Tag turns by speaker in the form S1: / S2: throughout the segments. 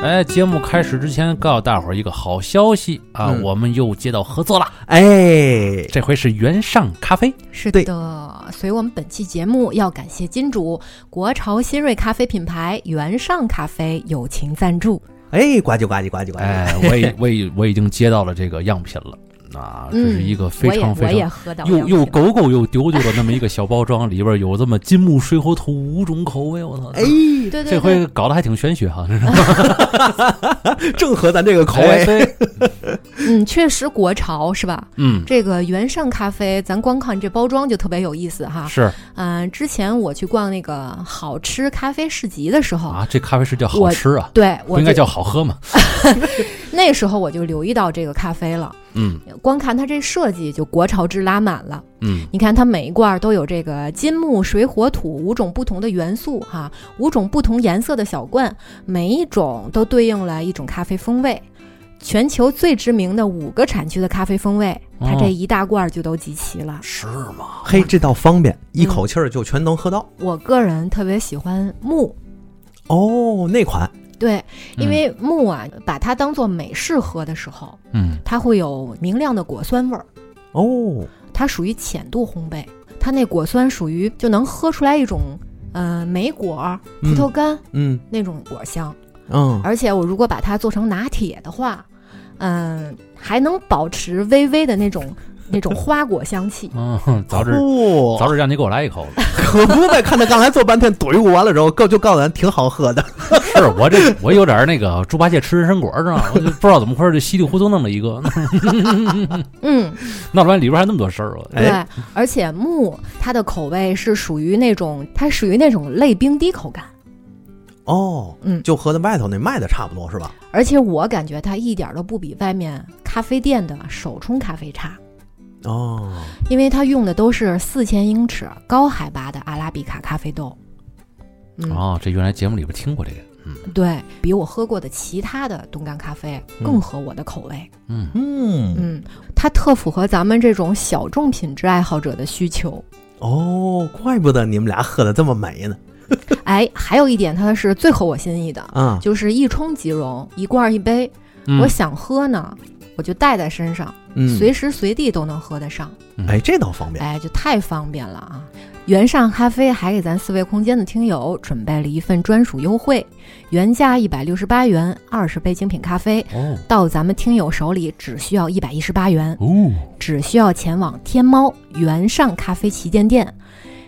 S1: 哎，节目开始之前告诉大伙儿一个好消息啊，
S2: 嗯
S1: 我们又接到合作了，
S2: 哎，
S1: 这回是原上咖啡。
S3: 是
S2: 对
S3: 的，所以我们本期节目要感谢金主国潮新锐咖啡品牌原上咖啡友情赞助。
S2: 哎，呱唧呱唧呱唧呱唧，
S1: 哎，我已 我已我已经接到了这个样品了。啊，这是一个非常
S3: 嗯、我也
S1: 非
S3: 我也
S1: 常
S3: 喝到
S1: 又
S3: 样
S1: 又
S3: 品
S1: 狗狗又丢丢的那么一个小包装，里边有这么金木水火土五种口味，我操！
S2: 哎，
S3: 对对对
S1: 这回搞得还挺玄学 哈，这是
S2: 正合咱这个口
S1: 哎
S2: 味。
S1: 对
S3: 嗯，确实国潮是吧？
S1: 嗯，
S3: 这个原上咖啡，咱光看这包装就特别有意思哈。
S1: 是
S3: 嗯、之前我去逛那个好吃咖啡市集的时候，
S1: 啊，这咖啡是叫好
S3: 我
S1: 吃啊，
S3: 对我
S1: 不应该
S3: 就
S1: 叫好喝吗？
S3: 那时候我就留意到这个咖啡了。
S1: 嗯
S3: 光看它这设计，就国潮之拉满了。
S1: 嗯，
S3: 你看，它每一罐儿都有这个金木水火土五种不同的元素哈、五种不同颜色的小罐，每一种都对应了一种咖啡风味。全球最知名的五个产区的咖啡风味，它
S1: 哦
S3: 这一大罐儿就都集齐了。
S1: 是吗？
S2: 嘿，这倒方便，一口气儿就全能喝到。
S3: 我个人特别喜欢木，
S2: 哦，那款
S3: 对，
S1: 嗯
S3: 因为木啊，把它当做美式喝的时候，
S1: 嗯
S3: 它会有明亮的果酸味儿，
S2: 哦，
S3: 它属于浅度烘焙，它那果酸属于就能喝出来一种呃莓果儿、葡萄干。
S2: 嗯
S3: 那种果香，
S2: 嗯，
S3: 而且我如果把它做成拿铁的话，嗯，还能保持微微的那种 那种花果香 气。
S1: 嗯，早知
S2: 哦，
S1: 早知让你给我来一口了。
S2: 可不呗！看他刚才做半天怼咕完了之后，告就告诉咱挺好喝的。
S1: 是我这我有点那个猪八戒吃人参果儿，知道吗？我就不知道怎么回事，就稀里糊涂弄了一个，
S3: 嗯，
S1: 闹完里边还那么多事儿，我
S3: 对
S2: 哎，，
S3: 而且木它的口味是属于那种它属于那种类冰滴口感，
S2: 哦，
S3: 嗯
S2: 就和那外头那卖的差不多是吧？
S3: 而且我感觉它一点儿都不比外面咖啡店的手冲咖啡差。
S2: 哦，
S3: 因为它用的都是四千英尺高海拔的阿拉比卡咖啡豆，嗯，
S1: 哦，这原来节目里边听过这个，嗯
S3: 对比我喝过的其他的冻干咖啡更合我的口味，
S1: 嗯，
S2: 嗯，
S3: 嗯，它特符合咱们这种小众品质爱好者的 需求。
S2: 哦，怪不得你们俩喝的这么美呢。
S3: 哎，还有一点它是最合我心意的，
S2: 啊，
S3: 就是一冲即溶，一罐儿一杯，
S1: 嗯
S3: 我想喝呢，我就带在身上，
S2: 嗯，
S3: 随时随地都能喝得上，
S2: 哎，这倒方便。
S3: 哎，就太方便了啊！原上咖啡还给咱四位空间的听友准备了一份专属优惠，原价一百六十八元，二十杯精品咖啡。
S1: 哦
S3: 到咱们听友手里只需要一百一十八元，
S1: 哦，
S3: 只需要前往天猫原上咖啡旗舰店。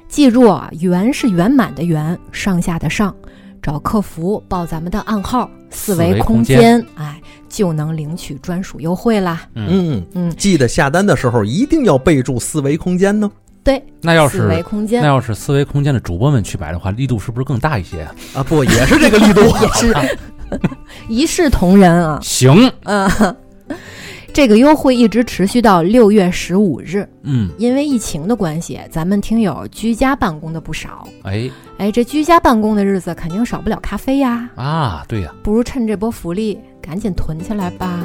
S3: 记住啊，圆是圆满的圆，上下的上，找客服报咱们的暗号“四维空
S1: 四维
S3: 间”，哎，就能领取专属优惠啦。
S1: 嗯，
S2: 嗯
S3: 嗯
S2: 记得下单的时候一定要备注四维空间呢。
S3: 对，
S1: 那要
S3: 四维
S1: 是
S3: 空
S1: 那
S3: 间
S1: 要是思维空间的主播们去买的话，力度是不是更大一些？
S2: 啊，不，也是这个 力度。
S3: 也是一视同仁啊。
S1: 行，
S3: 嗯，这个优惠一直持续到六月十五日。
S1: 嗯，
S3: 因为疫情的关系，咱们听友居家办公的不少，
S1: 哎
S3: 哎，这居家办公的日子肯定少不了咖啡呀，
S1: 啊，对呀，
S3: 不如趁这波福利赶紧囤起来吧。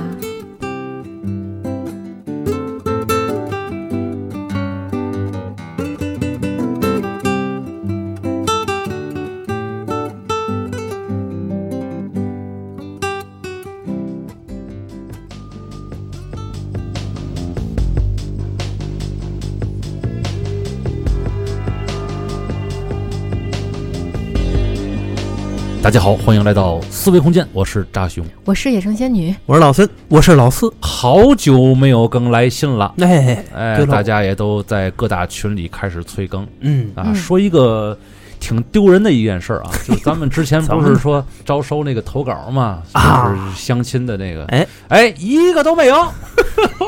S1: 大家好，欢迎来到思维空间，我是扎熊，
S3: 我是野生仙女，
S2: 我是老孙，我是老四。
S1: 好久没有更来信了。
S2: 哎，
S1: 哎，
S2: 对了
S1: 大家也都在各大群里开始催更
S2: 嗯，
S1: 啊。
S3: 嗯
S1: 说一个挺丢人的一件事 儿啊，就是咱们之前
S2: 咱
S1: 不
S2: 们
S1: 是说招收那个投稿嘛，
S2: 啊
S1: 就是相亲的那个，
S2: 哎
S1: 哎，一个都没 有，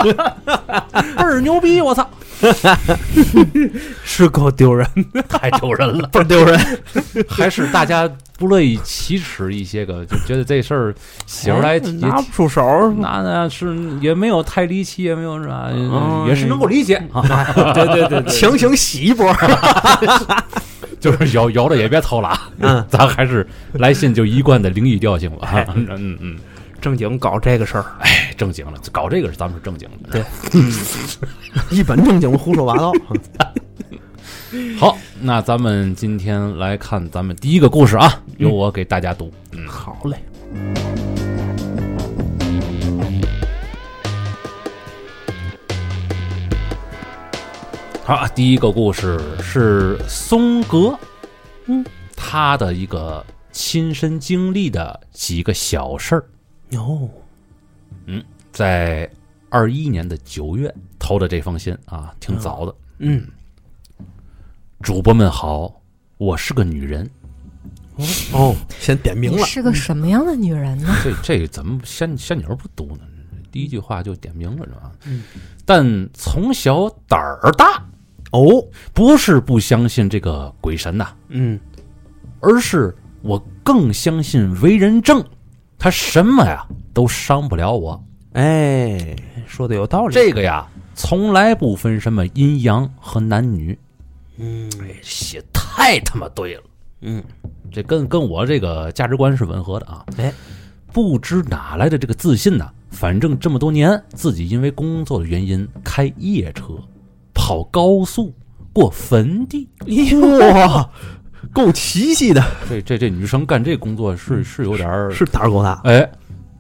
S1: 倍儿牛逼！我操，
S2: 是够丢人，
S1: 太丢人了，
S2: 不是丢人。
S1: 还是大家不乐意启齿一些个，就觉得这事儿写出来也挺。
S2: 哎拿不出手，
S1: 那那是也没有太离奇，也没有是吧，
S2: 嗯
S1: 也是能够理解啊。
S2: 对对对，强行洗一波。
S1: 就是摇摇的也别偷了啊，
S2: 嗯
S1: 咱还是来信就一贯的灵异调性吧。
S4: 哎
S1: 嗯嗯嗯，
S4: 正经搞这个事儿，
S1: 哎正经了，搞这个是咱们是正经的。
S4: 对
S2: 一本正经胡说八 道。
S1: 好，那咱们今天来看咱们第一个故事啊，由我给大家读。嗯，
S4: 好嘞，
S1: 好，啊第一个故事是松格，
S3: 嗯，
S1: 他的一个亲身经历的几个小事儿。
S4: 哦，
S1: 在二一年的九月投的这封信啊，挺早的。
S4: 嗯，
S1: 主播们好，我是个女人，
S2: 哦，先点名
S3: 你
S2: 了，
S3: 是个什么样的女人呢？
S1: 这这怎么仙仙女儿不读呢？第一句话就点名了，是吧？
S4: 嗯、
S1: 但从小胆儿大，
S2: 哦，
S1: 不是不相信这个鬼神呐、
S4: 嗯，
S1: 而是我更相信为人正，他什么呀都伤不了我。
S4: 哎，说的有道理。
S1: 这个呀，从来不分什么阴阳和男女。
S4: 嗯，
S1: 哎，写太他妈对了。
S4: 嗯，
S1: 这跟跟我这个价值观是吻合的啊。
S4: 哎，
S1: 不知哪来的这个自信呐，反正这么多年，自己因为工作的原因开夜车，跑高速，过坟 地。
S2: 哇，哎 够奇迹的，
S1: 这这这女生干这工作是是有点 儿，
S2: 是胆儿够大，
S1: 哎，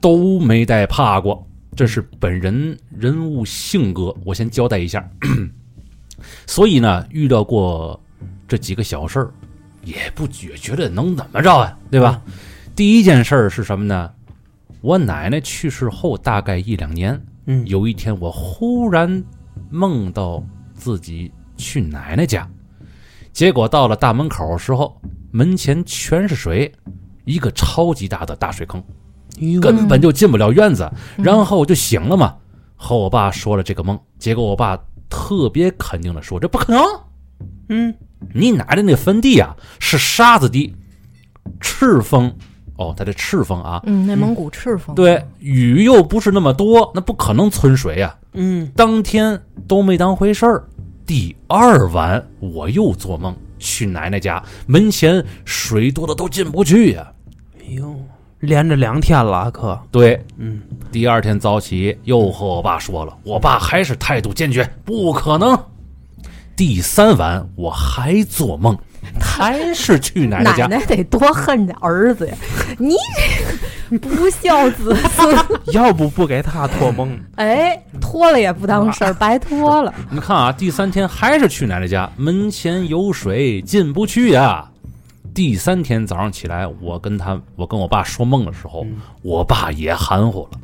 S1: 都没带怕过。这是本人人物性格，我先交代一下。 所以呢，遇到过这几个小事儿，也不觉觉得能怎么着呀、对吧？第一件事儿是什么呢？我奶奶去世后大概一两年，
S4: 嗯
S1: 有一天我忽然梦到自己去奶奶家，结果到了大门口的时候，门前全是水，一个超级大的大水坑，根本就进不了院子。
S3: 嗯
S1: 然后我就醒了嘛，和我爸说了这个梦，结果我爸特别肯定的说：“这不可能，
S4: 嗯，
S1: 你奶奶那坟地啊是沙子地，赤峰，哦，他这赤峰啊，
S3: 嗯，内蒙古赤峰，，
S1: 对，雨又不是那么多，那不可能存水呀、
S4: 嗯，
S1: 当天都没当回事儿。第二晚我又做梦，去奶奶家门前水多的都进不去呀、
S4: 哎呦，连着两天
S2: 啊
S4: 了，可，
S1: 对，
S4: 嗯，
S1: 第二天早起又和我爸说了，我爸还是态度坚决，不可能。第三晚我还做梦，还是去奶奶
S3: 奶
S1: 家，
S3: 奶得多恨这儿子呀！ 你这个不孝子 孙，
S4: 要不不给他托梦，
S3: 哎，拖了也不当
S1: 啊
S3: 事儿，白拖了。
S1: 你们看啊，第三天还是去奶奶家，门前有水进不去呀、第三天早上起来，我跟他，我跟我爸说梦的时候，
S4: 嗯
S1: 我爸也含糊了，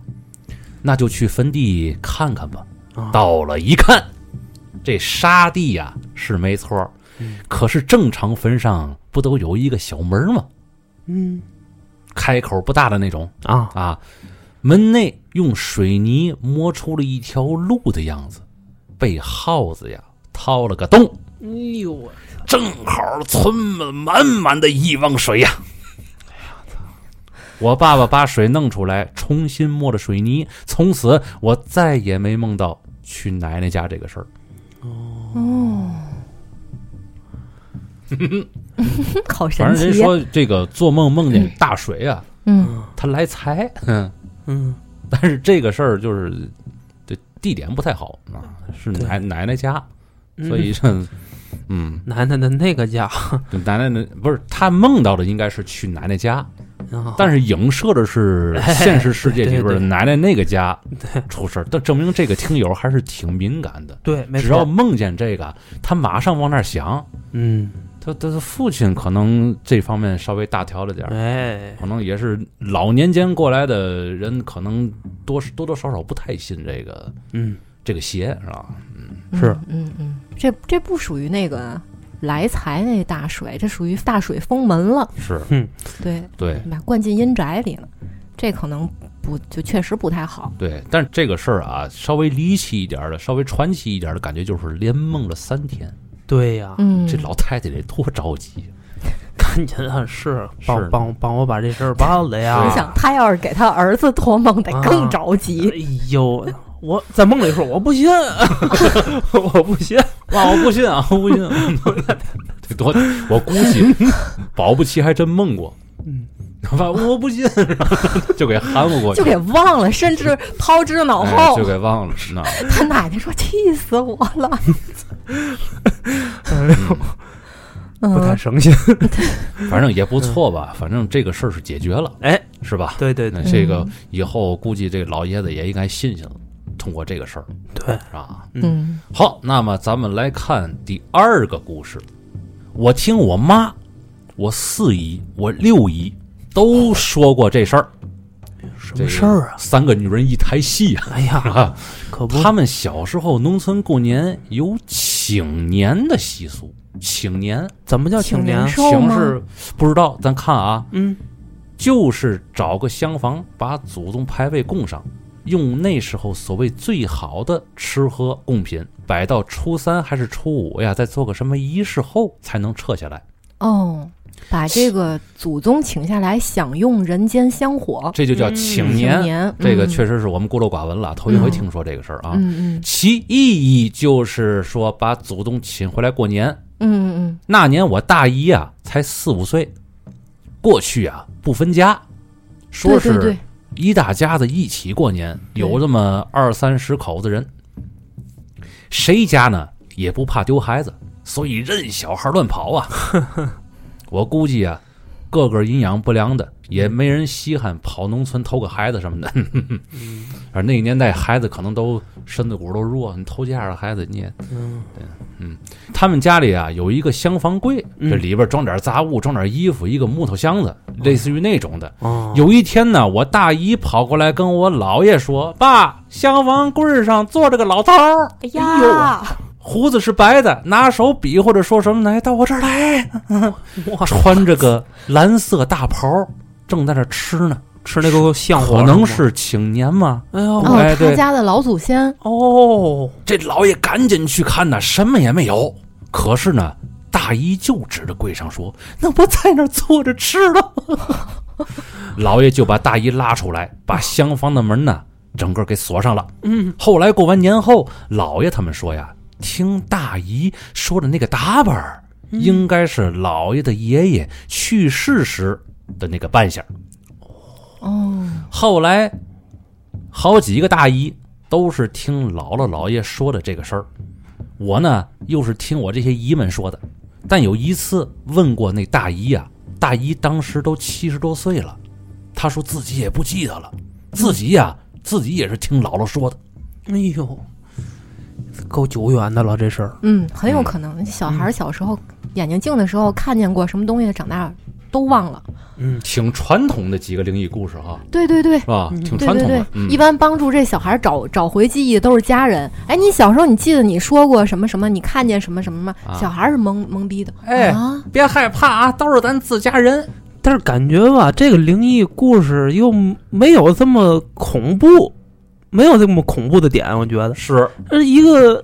S1: 那就去坟地看看吧。
S4: 啊
S1: 到了一看，这沙地呀、是没错儿，
S4: 嗯
S1: 可是正常坟上不都有一个小门吗？
S4: 嗯
S1: 开口不大的那种
S4: 啊，
S1: 啊，门内用水泥磨出了一条路的样子，被耗子呀掏了个洞。
S4: 哎呦，
S1: 正好存满满满的一汪水呀、 我爸爸把水弄出来，重新抹了水泥。从此我再也没梦到去奶奶家这个事儿。
S3: 哦，好
S1: 反
S3: 神
S1: 正人
S3: 奇呀！
S1: 说这个做梦梦见大水啊，
S3: 嗯，
S1: 他来财。嗯，
S4: 嗯，
S1: 但是这个事儿就是，这地点不太好啊，是奶奶奶家，
S4: 嗯
S1: 所以这，嗯，
S4: 奶奶的那个 家，
S1: 奶奶的不是他梦到的应该是去奶奶家，
S4: 啊
S1: 但是影射的 是现实世界里边
S4: 对对
S1: 的
S4: 对
S1: 奶奶那个家出事儿，但证明这个听友还是挺敏感的。
S4: 对，没
S1: 只要
S4: 错，
S1: 梦见这个，他马上往那儿想。
S4: 嗯，
S1: 他他的父亲可能这方面稍微大条了点儿，
S4: 哎，
S1: 可能也是老年间过来的人，可能多多多少少不太信这个
S4: 嗯，
S1: 这个邪，是吧？
S4: 是
S3: 嗯，嗯嗯，这这不属于那个来财那大水，这属于大水封门了，
S1: 是
S3: 对，
S1: 对
S3: 把灌进阴宅里了，这可能不就确实不太好。
S1: 对，但是这个事儿啊，稍微离奇一点儿的，稍微传奇一点儿的感觉，就是连梦了三天，
S4: 对 呀，
S3: 嗯，
S1: 这老太太得多着急。
S4: 赶紧啊，是
S1: 是
S4: 帮帮帮我把这事儿办了呀！
S1: 对
S3: 你想，他要是给他儿子托梦，得
S1: 啊
S3: 更着急。
S4: 哎呦，我在梦里说我不 信，我不信，
S1: 哇，我不信啊，我不 信、啊，这多，我估 计保不齐还真梦过，
S4: 嗯，
S1: 吧？我不信， 就给含糊过去，
S3: 就给忘了，甚至抛之脑
S1: 哎
S3: 后。
S1: 就给忘了，那
S3: 他奶奶说：“气死我了
S4: 不太
S3: 嗯！”
S4: 省心。
S1: 反正也不错吧，反正这个事儿是解决了，
S4: 哎，
S1: 是吧？
S3: 嗯
S4: 对对
S1: 那
S4: 对，
S1: 这个以后估计这个老爷子也应该信信了，通过这个事儿，
S4: 对
S1: 是吧？
S3: 嗯
S1: 好，那么咱们来看第二个故事。我听我妈、我四姨、我六姨都说过这事儿。
S4: 什
S1: 这
S4: 么
S1: 个
S4: 事儿啊？
S1: 三个女人一台戏啊！
S4: 哎呀，
S1: 啊
S4: 可不，
S1: 他们小时候农村过年有请年的习俗，请年
S4: 怎么叫
S3: 请
S4: 请
S3: 年
S4: 年？
S3: 兽
S1: 形
S3: 吗
S1: 式不知道，咱看啊，
S4: 嗯，
S1: 就是找个厢房把祖宗牌位供上，用那时候所谓最好的吃喝贡品摆到初三还是初五呀，再做个什么仪式后才能撤下来，
S3: 哦，把这个祖宗请下来，享用人间香火。
S1: 这就叫
S4: 嗯
S1: 请
S3: 哦请
S1: 年。
S3: 年
S1: 这个
S3: 嗯
S1: 确实是我们孤陋寡闻了，头一回
S3: 嗯
S1: 听说这个事儿啊。
S3: 嗯嗯
S1: 其意义就是说把祖宗请回来过年。
S3: 嗯嗯
S1: 那年我大姨啊才四五岁，过去啊不分家，说
S3: 对对
S1: 是
S3: 对，
S1: 一大家子一起过年，
S3: 对
S1: 有这么二三十口子人，谁家呢也不怕丢孩子，所以任小孩乱跑 啊。我估计啊，个个营养不良的，也没人稀罕跑农村偷个孩子什么的。
S4: 嗯
S1: 而那个年代，孩子可能都身子骨都弱，你偷家的孩子你也
S4: 嗯
S1: 他们家里啊有一个厢房柜，
S4: 嗯
S1: 这里边装点杂物，装点衣服，一个木头箱子，类似于那种的。
S4: 哦，
S1: 有一天呢，我大姨跑过来跟我姥爷说：“爸，厢房柜儿上坐着个老头儿，
S3: 哎
S4: 呀，
S1: 胡子是白的，拿手比划着说什么呢？哎到我这儿来，穿着个蓝色大袍，正在那吃呢。
S4: 吃那个香火，
S1: 可能，是请年吗？
S4: 哎呦，
S1: 哦哎
S3: 哦，
S1: 对
S3: 他家的老祖先，
S4: 哦，
S1: 这老爷赶紧去看呐，什么也没有。可是呢，大姨就指着柜上说：“那我在那儿坐着吃了。”老爷就把大姨拉出来，把厢房的门呢整个给锁上了。
S4: 嗯，
S1: 后来过完年后，老爷他们说呀，听大姨说的那个打板儿，应该是老爷的爷爷去世时的那个扮相。
S3: 哦，
S1: 后来，好几个大姨都是听姥姥姥爷说的这个事儿，我呢又是听我这些姨们说的。但有一次问过那大姨啊，大姨当时都七十多岁了，她说自己也不记得了，自己呀、自己也是听姥姥说的。
S4: 哎呦，够久远的了，这事儿，
S3: 嗯，很有可能小
S1: 嗯
S3: 孩儿小时候眼睛静的时候看见过什么东西，长大都忘了。
S4: 嗯，
S1: 挺传统的几个灵异故事哈、
S3: 对对对。
S1: 是吧？
S4: 嗯
S1: 挺
S3: 对
S1: 传
S3: 对
S1: 统的
S3: 对，，
S1: 嗯
S3: 一般帮助这小孩儿找找回记忆的都是家人。哎，你小时候你记得你说过什么什么？你看见什么什么吗？
S1: 啊
S3: 小孩儿是懵懵逼的。
S1: 哎
S3: 啊，
S1: 别害怕啊，都是咱自家人。
S4: 但是感觉吧，这个灵异故事又没有这么恐怖，没有这么恐怖的点，我觉得
S1: 是，
S4: 是一个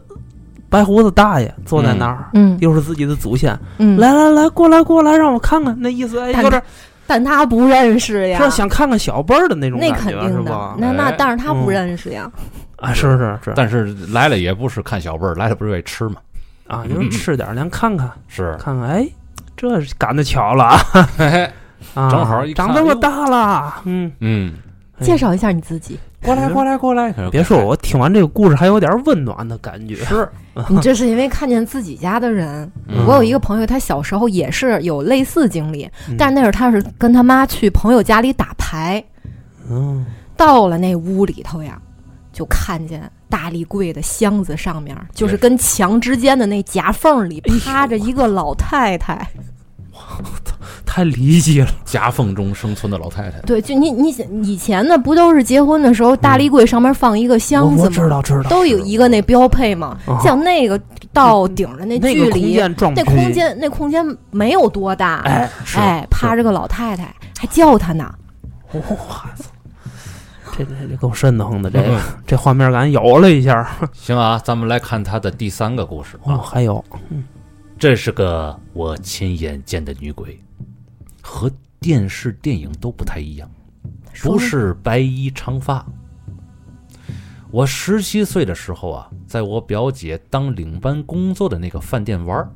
S4: 白胡子大爷坐在那儿，
S3: 嗯
S4: 又是自己的祖先，
S3: 嗯，
S4: 来来来，过来过来，让我看看，那意思哎，
S3: 看
S4: 有点
S3: 但他不认识呀，
S4: 是想看看小辈儿的那种
S3: 那
S4: 感
S3: 肯
S4: 觉，
S3: 定
S4: 是
S3: 的
S4: 吧，？
S3: 那那
S1: 哎
S3: 但是他不
S4: 嗯
S3: 认识呀。
S4: 啊，是是是
S1: 但是来了也不是看小辈儿，来了不是为吃嘛？
S4: 啊，就是吃点儿，咱看看
S1: 是，
S4: 看看，哎，这是赶得巧了啊，
S1: 嘿嘿，
S4: 啊
S1: 正好一看哎
S4: 长这么大了，嗯，
S1: 嗯，
S4: 哎
S3: 介绍一下你自己，
S1: 过来，过来，过来！
S4: 别说，我听完这个故事还有点温暖的感觉，
S1: 是，
S3: 你这是因为看见自己家的人。
S1: 嗯
S3: 我有一个朋友，他小时候也是有类似经历，
S4: 嗯
S3: 但是那会儿他是跟他妈去朋友家里打牌，
S4: 嗯，
S3: 到了那屋里头呀，就看见大立柜的箱子上面，就是跟墙之间的那夹缝
S4: 哎
S3: 里趴着一个老太 太。
S4: 太离奇了，
S1: 夹缝中生存的老太太，
S3: 对，就你你以前呢，不都是结婚的时候大立柜上面放一个箱
S4: 嗯我
S3: 子
S4: 我知
S3: 吗？
S4: 道知道，
S3: 都有一个那标配嘛，
S4: 啊嗯
S3: 像那个到顶着那
S4: 那
S3: 距
S4: 个空
S3: 离，
S4: 间撞不
S3: 那
S4: 进去
S3: 空，间那空间没有多大，哎，
S4: 嗯哎，
S3: 趴着个老太太还叫她呢，
S4: 我操，这这这够瘆得慌的，这
S1: 嗯
S4: 个这画面感有了一下，
S1: 行啊，咱们来看她的第三个故事
S4: 哦，
S1: 啊。
S4: 还有，
S1: 这是个我亲眼见的女鬼，和电视电影都不太一样，
S3: 说
S1: 不是白衣长发。我十七岁的时候啊，在我表姐当领班工作的那个饭店玩儿，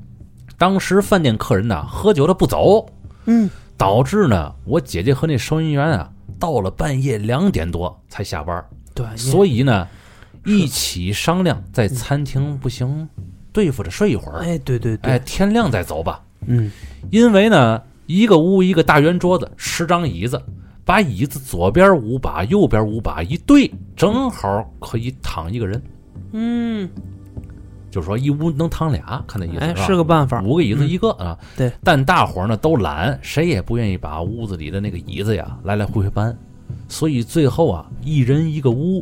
S1: 当时饭店客人呐、喝酒了不走，
S4: 嗯，
S1: 导致呢我姐姐和那收银员啊到了半夜两点多才下班儿。
S4: 对，
S1: 所以呢，一起商量在餐厅不行，对付着睡一会儿，
S4: 哎，对对
S1: 哎，
S4: 对，
S1: 天亮再走吧。
S4: 嗯，
S1: 因为呢，一个屋一个大圆桌子，十张椅子，把椅子左边五把，右边五把一对，正好可以躺一个人。
S4: 嗯，
S1: 就是说一屋能躺俩，看那意思
S4: 哎，
S1: 吧
S4: 是个办法。嗯
S1: 五个椅子一个啊。
S4: 对，
S1: 但大伙儿呢都懒，谁也不愿意把屋子里的那个椅子呀来来回回搬，所以最后啊，一人一个屋，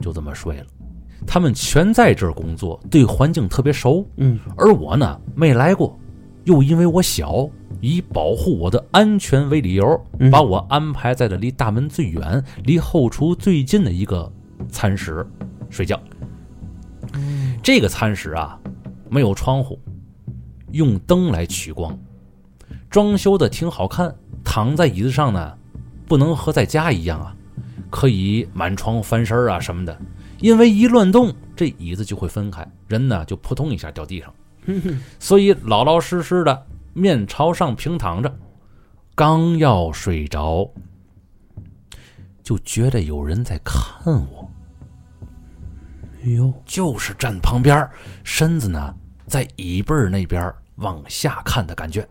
S1: 就这么睡了。他们全在这儿工作，对环境特别熟，
S4: 嗯，
S1: 而我呢没来过，又因为我小，以保护我的安全为理由，
S4: 嗯
S1: 把我安排在了离大门最远、离后厨最近的一个餐室睡觉。这个餐室啊，没有窗户，用灯来取光，装修的挺好看。躺在椅子上呢，不能和在家一样啊，可以满床翻身啊什么的，因为一乱动，这椅子就会分开，人呢就扑通一下掉地上。所以老老实实的面朝上平躺着，刚要睡着，就觉得有人在看我，
S4: 哎呦，
S1: 就是站旁边儿，身子呢在椅背儿那边儿往下看的感觉。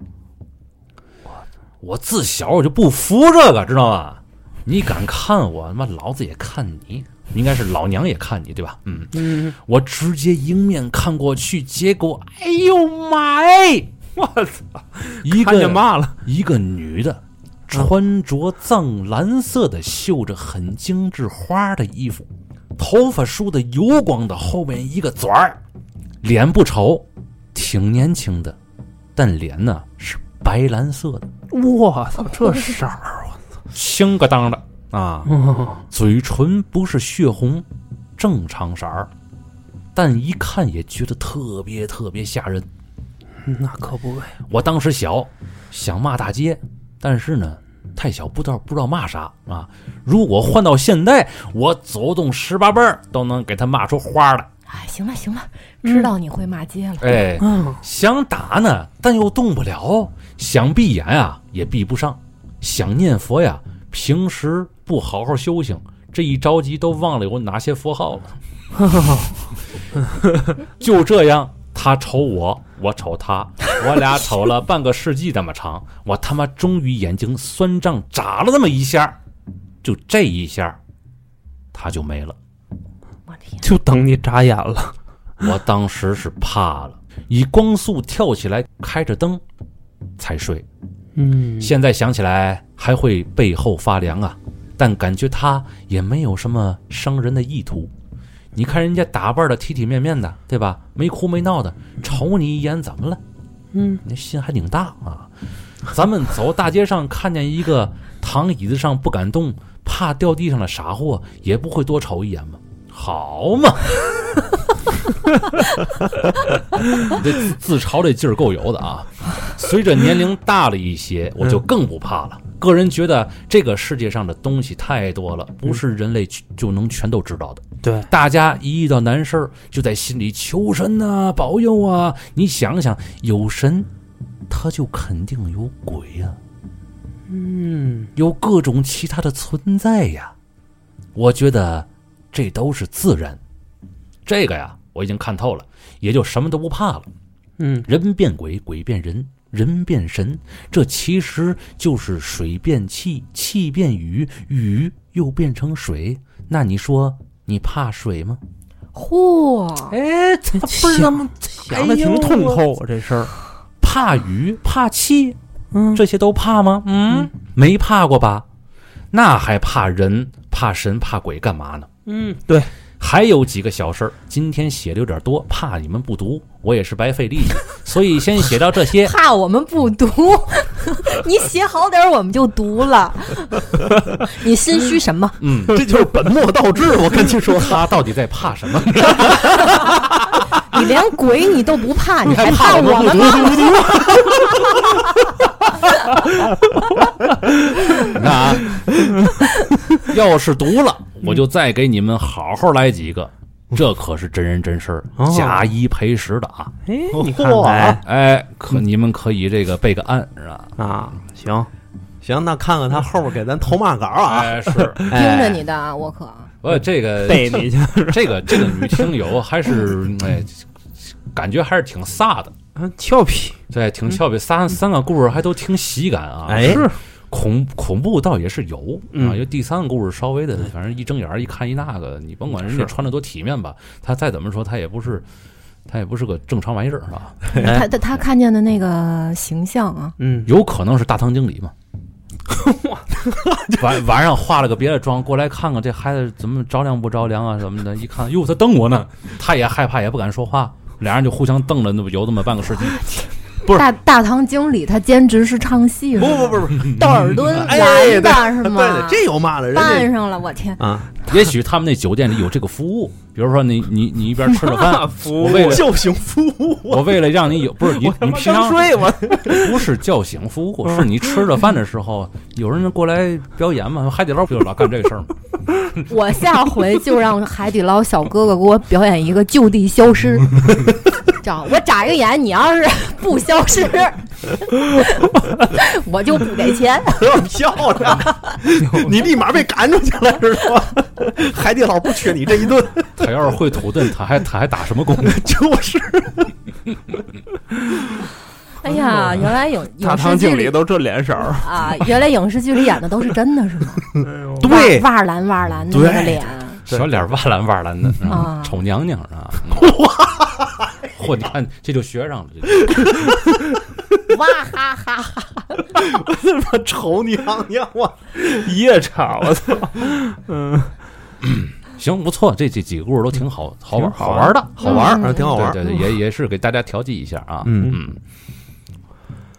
S1: 我自小我就不服这个，知道吗？你敢看我，他妈老子也看你，应该是老娘也看你，对吧？嗯，
S4: 嗯，
S1: 我直接迎面看过去，结果，哎呦妈哎！我操！一
S4: 看见
S1: 个
S4: 嘛了？
S1: 一个女的，穿着藏蓝色的、绣着很精致花的衣服，头发梳的油光的，后面一个卷儿，脸不丑，挺年轻的，但脸呢是白蓝色的，
S4: 我操，这色儿！
S1: 青个当的啊。
S4: 嗯
S1: 嘴唇不是血红，正常色儿，但一看也觉得特别特别吓人。
S4: 嗯那可不呗。
S1: 我当时小，想骂大街，但是呢，太小不知道不知道骂啥啊。如果换到现代，我走动十八辈儿都能给他骂出花来。
S3: 哎，行了行了，知道你会骂街了。
S1: 哎，
S4: 嗯，
S1: 想打呢，但又动不了；想闭眼啊，也闭不上；想念佛呀，平时不好好修行，这一着急都忘了有哪些佛号了。 就这样，他瞅我，我瞅他，我俩瞅了半个世纪那么长，我他妈终于眼睛酸胀眨了那么一下，就这一下，他就没了。
S3: 我天，
S4: 就等你眨眼了。
S1: 我当时是怕了，以光速跳起来，开着灯才睡。
S4: 嗯，
S1: 现在想起来还会背后发凉啊，但感觉他也没有什么伤人的意图。你看人家打扮的体体面面的，对吧？没哭没闹的，瞅你一眼怎么了？
S4: 嗯，
S1: 你心还挺大啊。咱们走大街上看见一个躺椅子上不敢动，怕掉地上的傻货，也不会多瞅一眼吗？好嘛， 这自自嘲这劲儿够油的啊！随着年龄大了一些，我就更不怕了。个人觉得这个世界上的东西太多了，不是人类去就能全都知道的。
S4: 对，
S1: 大家一遇到难事儿，就在心里求神呐、保佑啊！你想想，有神，他就肯定有鬼呀、
S4: 嗯，
S1: 有各种其他的存在呀。我觉得这都是自然。这个呀，我已经看透了，也就什么都不怕了。
S4: 嗯，
S1: 人变鬼，鬼变人，人变神，这其实就是水变气，气变雨，雨又变成水。那你说你怕水吗？
S3: 嚯，
S1: 哎，他
S4: 想嗯 想的挺通透啊，这事儿。
S1: 怕雨、怕气，
S4: 嗯，
S1: 这些都怕吗？嗯，没怕过吧？那还怕人、怕神、怕鬼干嘛呢？
S4: 嗯，对，
S1: 还有几个小事儿，今天写的有点多，怕你们不读，我也是白费 力气，所以先写到这些。
S3: 怕我们不读， 你写好点儿我们就读了。你心虚什么？
S1: 嗯，
S2: 这就是 本末倒置。我跟你说，
S1: 他到底在怕什么？
S3: 你连鬼你都不怕，你还
S1: 怕
S3: 怕我们吗？
S1: 那啊，要是读了，
S2: 嗯
S1: 我就再给你们好好来几个。这可是真人真事儿
S4: 哦，
S1: 假一赔十的啊！
S4: 哎，
S2: 哦
S4: 你看看
S1: 哎，
S2: 嗯
S1: 可你们可以这个备个案是吧？
S4: 啊，行，
S2: 行，那看看他后面给咱投骂稿啊，
S1: 哎， 是，
S3: 盯着
S2: 哎，
S3: 你的啊，我可
S1: 我这个
S4: 背你去。
S1: 这个这个女听友还是哎，感觉还是挺飒的，
S4: 嗯，俏皮，
S1: 对，挺俏皮。三三个故事还都挺喜感啊，
S2: 哎
S4: 是
S1: 恐恐怖倒也是有
S4: 嗯
S1: 啊，因为第三个故事稍微的
S4: 对，
S1: 反正一睁眼儿一看一那个，你甭管人家
S4: 是
S1: 穿的多体面吧，他再怎么说他也不是，他也不是个正常玩意儿啊，
S4: 哎
S3: 他他他看见的那个形象啊，
S4: 嗯，
S1: 有可能是大堂经理嘛。晚 晚上化了个别的妆过来看看这孩子怎么着凉不着凉啊什么的，一看哟他瞪我呢，他也害怕也不敢说话，俩人就互相瞪了，那不有这么半个时 间。不是
S3: 大大堂经理，他兼职是唱戏是
S2: 不
S3: 吗？
S2: 不不不，
S3: 窦尔敦
S2: 哎
S3: 来的是
S2: 对
S3: 吗
S2: 对，？这有嘛了，人
S3: 办
S2: 家
S3: 上了，我天！
S4: 啊，
S1: 也许他们那酒店里有这个服务，比如说你你你一边吃着饭，
S4: 服
S1: 我为了
S2: 叫醒服务，
S1: 我为了让你有不是你你平常
S4: 睡我
S1: 不是叫醒服务，是你吃着饭的时候有人过来表演嘛，海底捞不就老干这个事儿吗？
S3: 我下回就让海底捞小哥哥给我表演一个就地消失， 这样我眨一个眼，你要是不消失， 我就不给钱。
S2: 漂亮， 你立马被赶出去了是吧？海底捞不缺你这一顿，
S1: 他要是会土遁，他还他还打什么工？
S2: 就是
S3: 哎呀，
S2: 哦
S3: 原来影
S5: 大
S3: 影视
S5: 堂
S3: 剧
S5: 经理
S3: 里
S5: 都这脸色 儿，
S3: 啊，原来影视剧里演的都是真的，是吗？
S2: 对
S3: 哇哇蓝哇蓝的那个
S2: 对
S3: 脸，
S1: 小脸哇蓝哇蓝的，嗯
S3: 啊
S1: 丑娘娘啊！嗯嚯，你看这就学上了，这就
S3: 哇哈哈哈！
S2: 他妈丑娘娘我
S5: 一夜差，我操！
S1: 行不错，这这几个故事都挺好，好玩
S5: 挺好
S1: 好
S5: 玩
S1: 玩的，
S2: 嗯好玩
S3: 嗯
S2: 儿，挺好玩儿。
S1: 对对对，也也是给大家调剂一下啊。
S4: 嗯
S1: 嗯，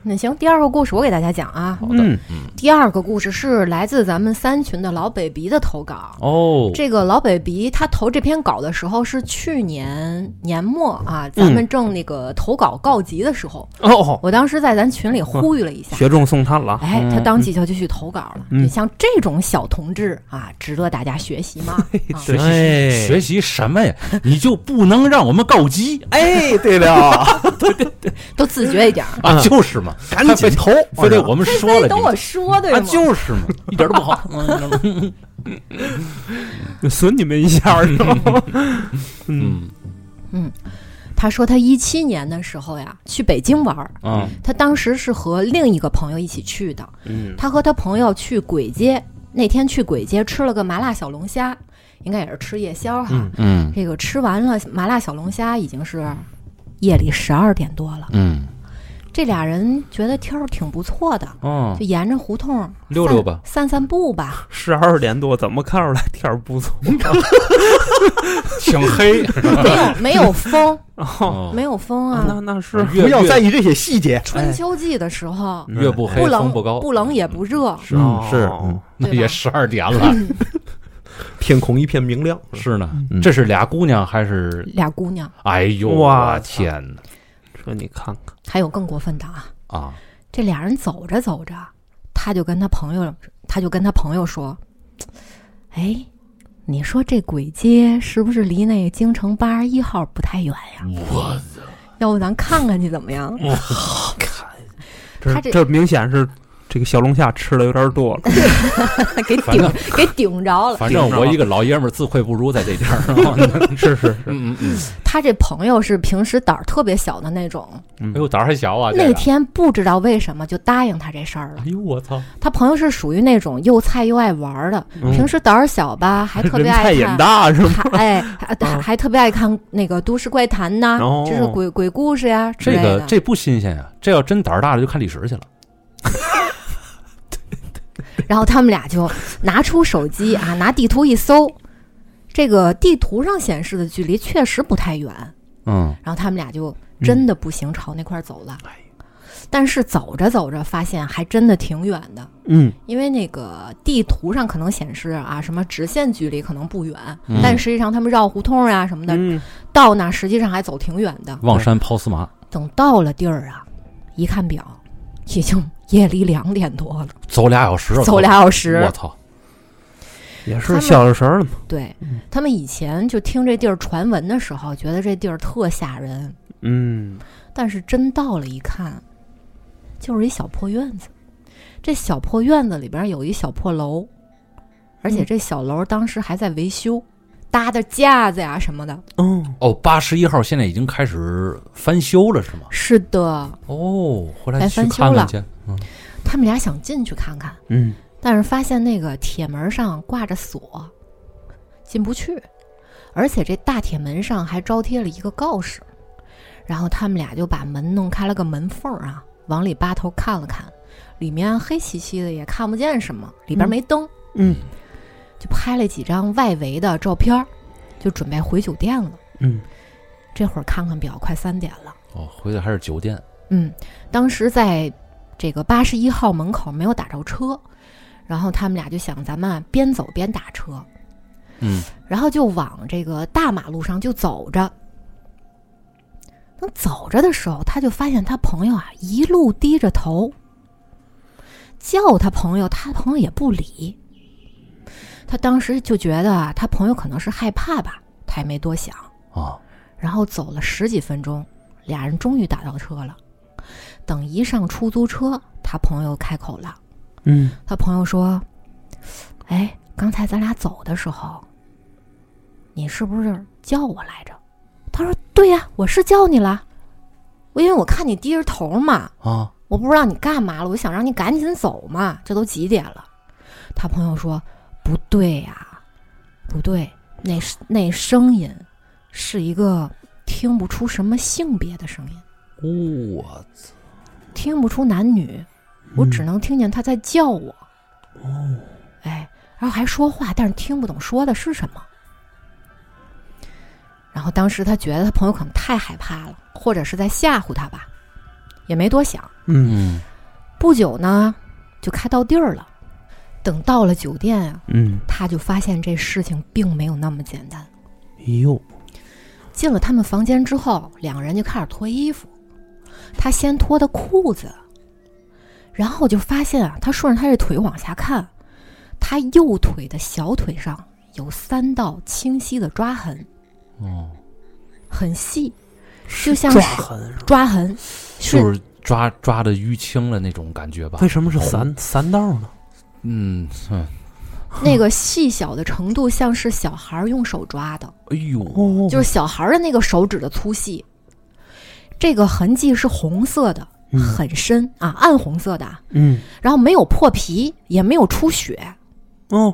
S3: 那行，第二个故事我给大家讲啊。
S1: 好的。
S4: 嗯，
S3: 第二个故事是来自咱们三群的老北鼻的投稿。
S1: 哦，
S3: 这个老北鼻他投这篇稿的时候是去年年末啊，咱们正那个投稿告急的时候，
S4: 哦，
S3: 我当时在咱群里呼吁了一下。
S4: 雪中送炭了啊，
S3: 哎，他当即就就去投稿了。
S4: 嗯
S3: 你像这种小同志啊，值得大家学习 吗？啊
S1: 学
S4: 哎
S1: 习学习什么呀？你就不能让我们告急
S2: 哎，对了，
S3: 都自觉一点儿。
S1: 啊？就是嘛，
S2: 嗯赶紧哎
S1: 投，非得我们说了
S3: 等
S1: 你
S3: 我说对
S1: 啊，
S3: 吗？
S1: 就是嘛，一点都不 好。 嗯
S4: 损你们一下是吧？
S1: 嗯
S3: 他说他一七年的时候呀，去北京玩儿，
S1: 嗯
S3: 他当时是和另一个朋友一起去的。
S4: 嗯，
S3: 他和他朋友去簋街，那天去簋街吃了个麻辣小龙虾，应该也是吃夜宵哈。
S4: 嗯
S1: 嗯
S3: 这个吃完了麻辣小龙虾，已经是夜里十二点多了。
S1: 嗯
S3: 这俩人觉得天儿挺不错的，
S1: 哦
S3: 就，沿着胡同
S1: 溜溜吧，
S3: 散散步 吧。
S4: 十二点多，怎么看出来天儿不错？
S1: 挺 黑，
S3: 没 有没有风，
S4: 哦，
S3: 没有
S1: 嗯
S3: 风啊。
S1: 哎
S4: 那那是啊
S1: 越
S2: 不要在意这些细节。
S3: 春秋季的时候，
S1: 越越不嗯黑
S3: 不冷
S1: 风不高，嗯
S3: 冷也不热，
S4: 是哦
S2: 是嗯
S1: 那
S3: 对吧嗯
S1: 也十二点了，
S2: 天空一片明亮，
S1: 是呢
S2: 嗯。
S1: 这是俩姑娘还是？
S3: 俩姑娘，
S1: 哎呦，
S4: 哇
S1: 我天哪
S4: 说你看 看，
S3: 还有更过分的啊！
S1: 啊！
S3: 这俩人走着走着，他就跟他朋友，他就跟他朋友说：“哎，你说这鬼街是不是离那个京城八十一号不太远呀？
S1: 我
S3: 要不咱看看去怎 么样
S4: 这
S3: 他这
S4: 这明显是这个小龙虾吃的有点多 了，？”
S3: 给
S1: 反
S3: 顶
S1: 正
S3: 给顶着了。
S1: 反正我一个老爷们儿自愧不如在这地儿。
S4: 是是是，
S1: 嗯嗯嗯，
S3: 他这朋友是平时胆儿特别小的那种，
S1: 哎
S4: 嗯
S1: 呦，胆儿还小啊！这
S3: 那
S1: 个
S3: 天不知道为什么就答应他这事儿了
S1: 哎。呦我操！
S3: 他朋友是属于那种又菜又爱玩儿的，
S4: 嗯
S3: 平时胆儿小 吧，还特
S4: 人
S3: 别爱
S4: 菜
S3: 看。
S4: 瘾大是吗？
S3: 还哎，还还
S1: 嗯
S4: 啊
S3: 还特别爱看那个《都市怪谈》呐，
S4: 哦
S3: 就是鬼鬼故事呀之
S1: 这
S3: 类的。
S1: 个这不新鲜呀，这要真胆儿大了就看历史去了。
S3: 然后他们俩就拿出手机啊，拿地图一搜，这个地图上显示的距离确实不太远。
S1: 嗯，
S3: 然后他们俩就真的不行，朝那块儿走了。
S1: 哎
S3: 但是走着走着，发现还真的挺远的，
S4: 嗯，
S3: 因为那个地图上可能显示啊，什么直线距离可能不远，
S1: 嗯
S3: 但实际上他们绕胡同呀、什么的，
S4: 嗯
S3: 到那儿实际上还走挺远的。
S1: 望山抛丝麻，
S3: 等到了地儿啊，一看表，已经 夜里两点多了，
S1: 走俩小时啊，
S3: 走俩小
S1: 我
S3: 时。
S1: 操！
S4: 也是消消神儿了嘛，
S3: 对他们以前就听这地儿传闻的时候，觉得这地儿特吓人，
S4: 嗯，
S3: 但是真到了一看，就是一小破院子。这小破院子里边有一小破楼，而且这小楼当时还在维修，搭的架子呀什么的。
S4: 哦，
S1: 哦，八十一号现在已经开始翻修了，是吗？
S3: 是的，
S1: 哦，回来
S3: 来
S1: 去
S3: 翻修
S1: 看
S3: 了
S1: 看去。
S3: 他们俩想进去看看，
S4: 嗯，
S3: 但是发现那个铁门上挂着锁，进不去，而且这大铁门上还招贴了一个告示。然后他们俩就把门弄开了个门缝儿啊，往里扒头看了看，里面黑漆漆的，也看不见什么，里边没灯。
S4: 嗯
S3: 就拍了几张外围的照片儿，就准备回酒店了。
S4: 嗯
S3: 这会儿看看表，快三点了。
S1: 哦，回来还是酒店，
S3: 嗯，当时在这个八十一号门口没有打着车，然后他们俩就想咱们啊边走边打车，
S1: 嗯，
S3: 然后就往这个大马路上就走着。那走着的时候，他就发现他朋友啊一路低着头，叫他朋友，他朋友也不理。他当时就觉得啊，他朋友可能是害怕吧，他也没多想。
S1: 啊，
S3: 然后走了十几分钟，俩人终于打到车了。等一上出租车，他朋友开口了，
S4: 嗯，
S3: 他朋友说：“哎，刚才咱俩走的时候，你是不是叫我来着？”他说：“对呀、我是叫你了，我因为我看你低着头嘛，
S1: 啊，
S3: 我不知道你干嘛了，我想让你赶紧走嘛，这都几点了？”他朋友说：“不对呀、不对，那是那声音是一个听不出什么性别的声
S1: 哦
S3: 音，
S1: 我
S3: 听不出男女，我只能听见他在叫我。哎，然后还说话，但是听不懂说的是什么。然后当时他觉得他朋友可能太害怕了，或者是在吓唬他吧，也没多想。
S4: 嗯
S1: 嗯，
S3: 不久呢，就开到地儿了。等到了酒店啊，
S4: 嗯，
S3: 他就发现这事情并没有那么简单。
S4: 哟，
S3: 进了他们房间之后，两个人就开始脱衣服。他先脱的裤子，然后就发现啊，他顺着他这腿往下看，他右腿的小腿上有三道清晰的抓痕，
S1: 哦，
S3: 很细，就像
S4: 抓
S3: 是
S4: 痕是吧，
S3: 抓痕，是
S1: 就是抓抓的淤青了那种感觉吧
S4: 为，哎什么是三三道呢？
S1: 嗯，哼
S3: 那个细小的程度，像是小孩儿用手抓的，
S1: 哎呦，
S4: 哦，
S3: 就是小孩儿的那个手指的粗细。这个痕迹是红色的，
S4: 嗯
S3: 很深啊，暗红色的啊，
S4: 嗯
S3: 然后没有破皮，也没有出血，
S4: 哦，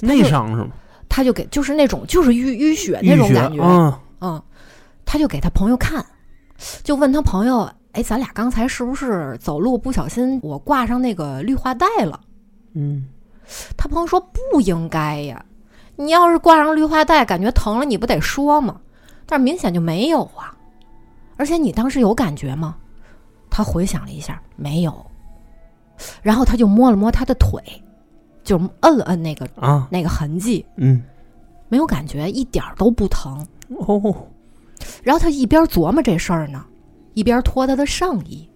S4: 内伤是吗？
S3: 他就给就是那种就是淤淤血那种
S4: 淤血
S3: 感觉，
S4: 啊，
S3: 嗯，他就给他朋友看，就问他朋友，哎，咱俩刚才是不是走路不小心我挂上那个绿化带了？
S4: 嗯
S3: 他朋友说不应该呀，你要是挂上绿化带，感觉疼了，你不得说吗？但是明显就没有啊，而且你当时有感觉吗？他回想了一下，没有，然后他就摸了摸他的腿，就摁了摁那个
S4: 啊，
S3: 那个痕迹，
S4: 嗯
S3: 没有感觉，一点儿都不疼。
S4: 哦，
S3: 然后他一边琢磨这事儿呢，一边脱他的上衣。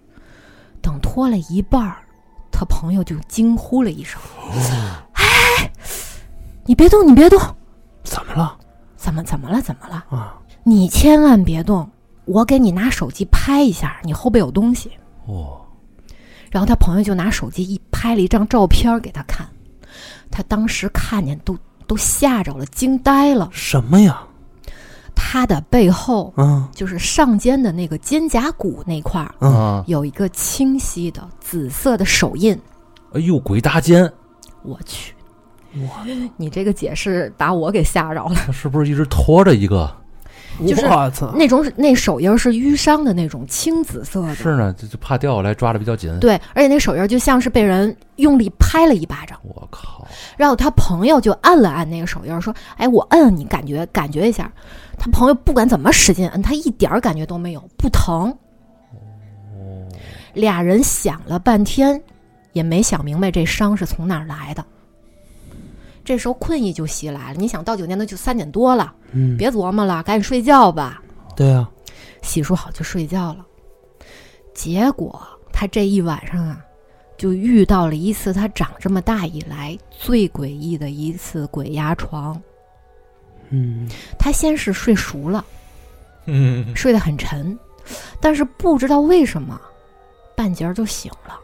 S3: 等脱了一半儿，他朋友就惊呼了一声：“哎，你别动，你别动！
S4: 怎么了
S3: 怎么怎么了？怎么了？
S4: 啊？
S3: 你千万别动！我给你拿手机拍一下，你后背有东西。”
S1: 哦，
S3: 然后他朋友就拿手机一拍了一张照片儿给他看，他当时看见都都吓着了，惊呆了。
S4: 什么呀？
S3: 他的背后
S4: 啊
S3: 就是上肩的那个肩胛骨那块儿
S1: 啊，
S3: 有一个清晰的紫色的手印。
S1: 哎呦，鬼搭肩，
S3: 我去，哇！你这个解释把我给吓着了。
S1: 他是不是一直拖着一个？
S3: 就是
S4: 我
S1: 啊
S4: 操，
S3: 那种那手印是淤伤的那种青紫色的，
S1: 是呢，就就怕掉下来，抓的比较紧。
S3: 对，而且那手印就像是被人用力拍了一巴掌，
S1: 我靠，
S3: 然后他朋友就按了按那个手印，说：“哎，我摁摁你，感觉感觉一下。”他朋友不管怎么使劲嗯摁，他一点儿感觉都没有，不疼。俩人想了半天，也没想明白这伤是从哪儿来的。这时候困意就袭来了，你想到酒店都就三点多了，
S4: 嗯，
S3: 别琢磨了，赶紧睡觉吧。
S4: 对啊，
S3: 洗漱好就睡觉了。结果他这一晚上啊，就遇到了一次他长这么大以来最诡异的一次鬼压床。
S4: 嗯
S3: 他先是睡熟了，
S5: 嗯，
S3: 睡得很沉，但是不知道为什么，半截儿就醒了，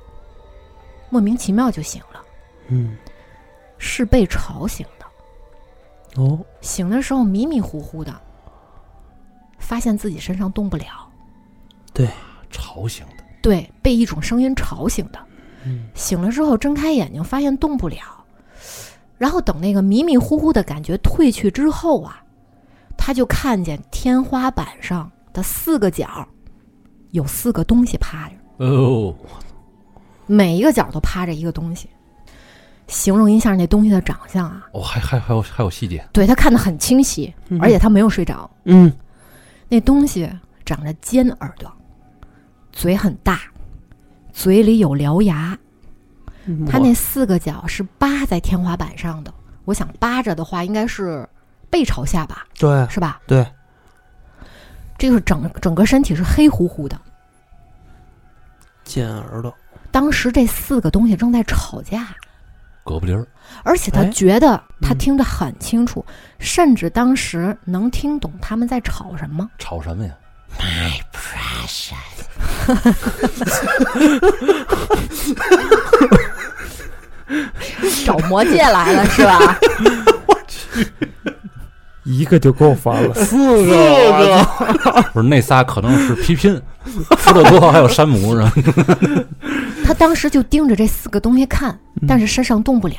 S3: 莫名其妙就醒了，
S4: 嗯，
S3: 是被吵醒的。
S4: 哦，
S3: 醒的时候迷迷糊糊的，发现自己身上动不了，
S1: 吵醒的，
S3: 对，被一种声音吵醒的。醒了之后睁开眼睛，发现动不了。然后等那个迷迷糊糊的感觉退去之后啊，他就看见天花板上的四个角儿有四个东西趴着，
S1: 哦，
S3: 每一个角儿都趴着一个东西。形容一下那东西的长相啊，
S1: 哦，还还还有还有细节，
S3: 对他看得很清晰，而且他没有睡着。
S4: 嗯，
S3: 那东西长着尖耳朵，嘴很大，嘴里有獠牙。
S4: 嗯
S3: 它那四个角是扒在天花板上的。我想扒着的话，应该是背朝下吧，
S4: 对
S3: 是吧？
S4: 对，
S3: 这个整整个身体是黑乎乎的。
S4: 尖耳朵，
S3: 当时这四个东西正在吵架，
S1: 狗不理儿，
S3: 而且他
S4: 哎
S3: 觉得他
S4: 嗯
S3: 听得很清楚，甚至当时能听懂他们在吵什么。
S1: 吵什么呀？
S3: 找魔界来了是吧？
S5: 一个就够烦了，四个，我操
S1: 不是那仨可能是皮拼，福特多还有山姆是吧？
S3: 他当时就盯着这四个东西看，但是身上动不了。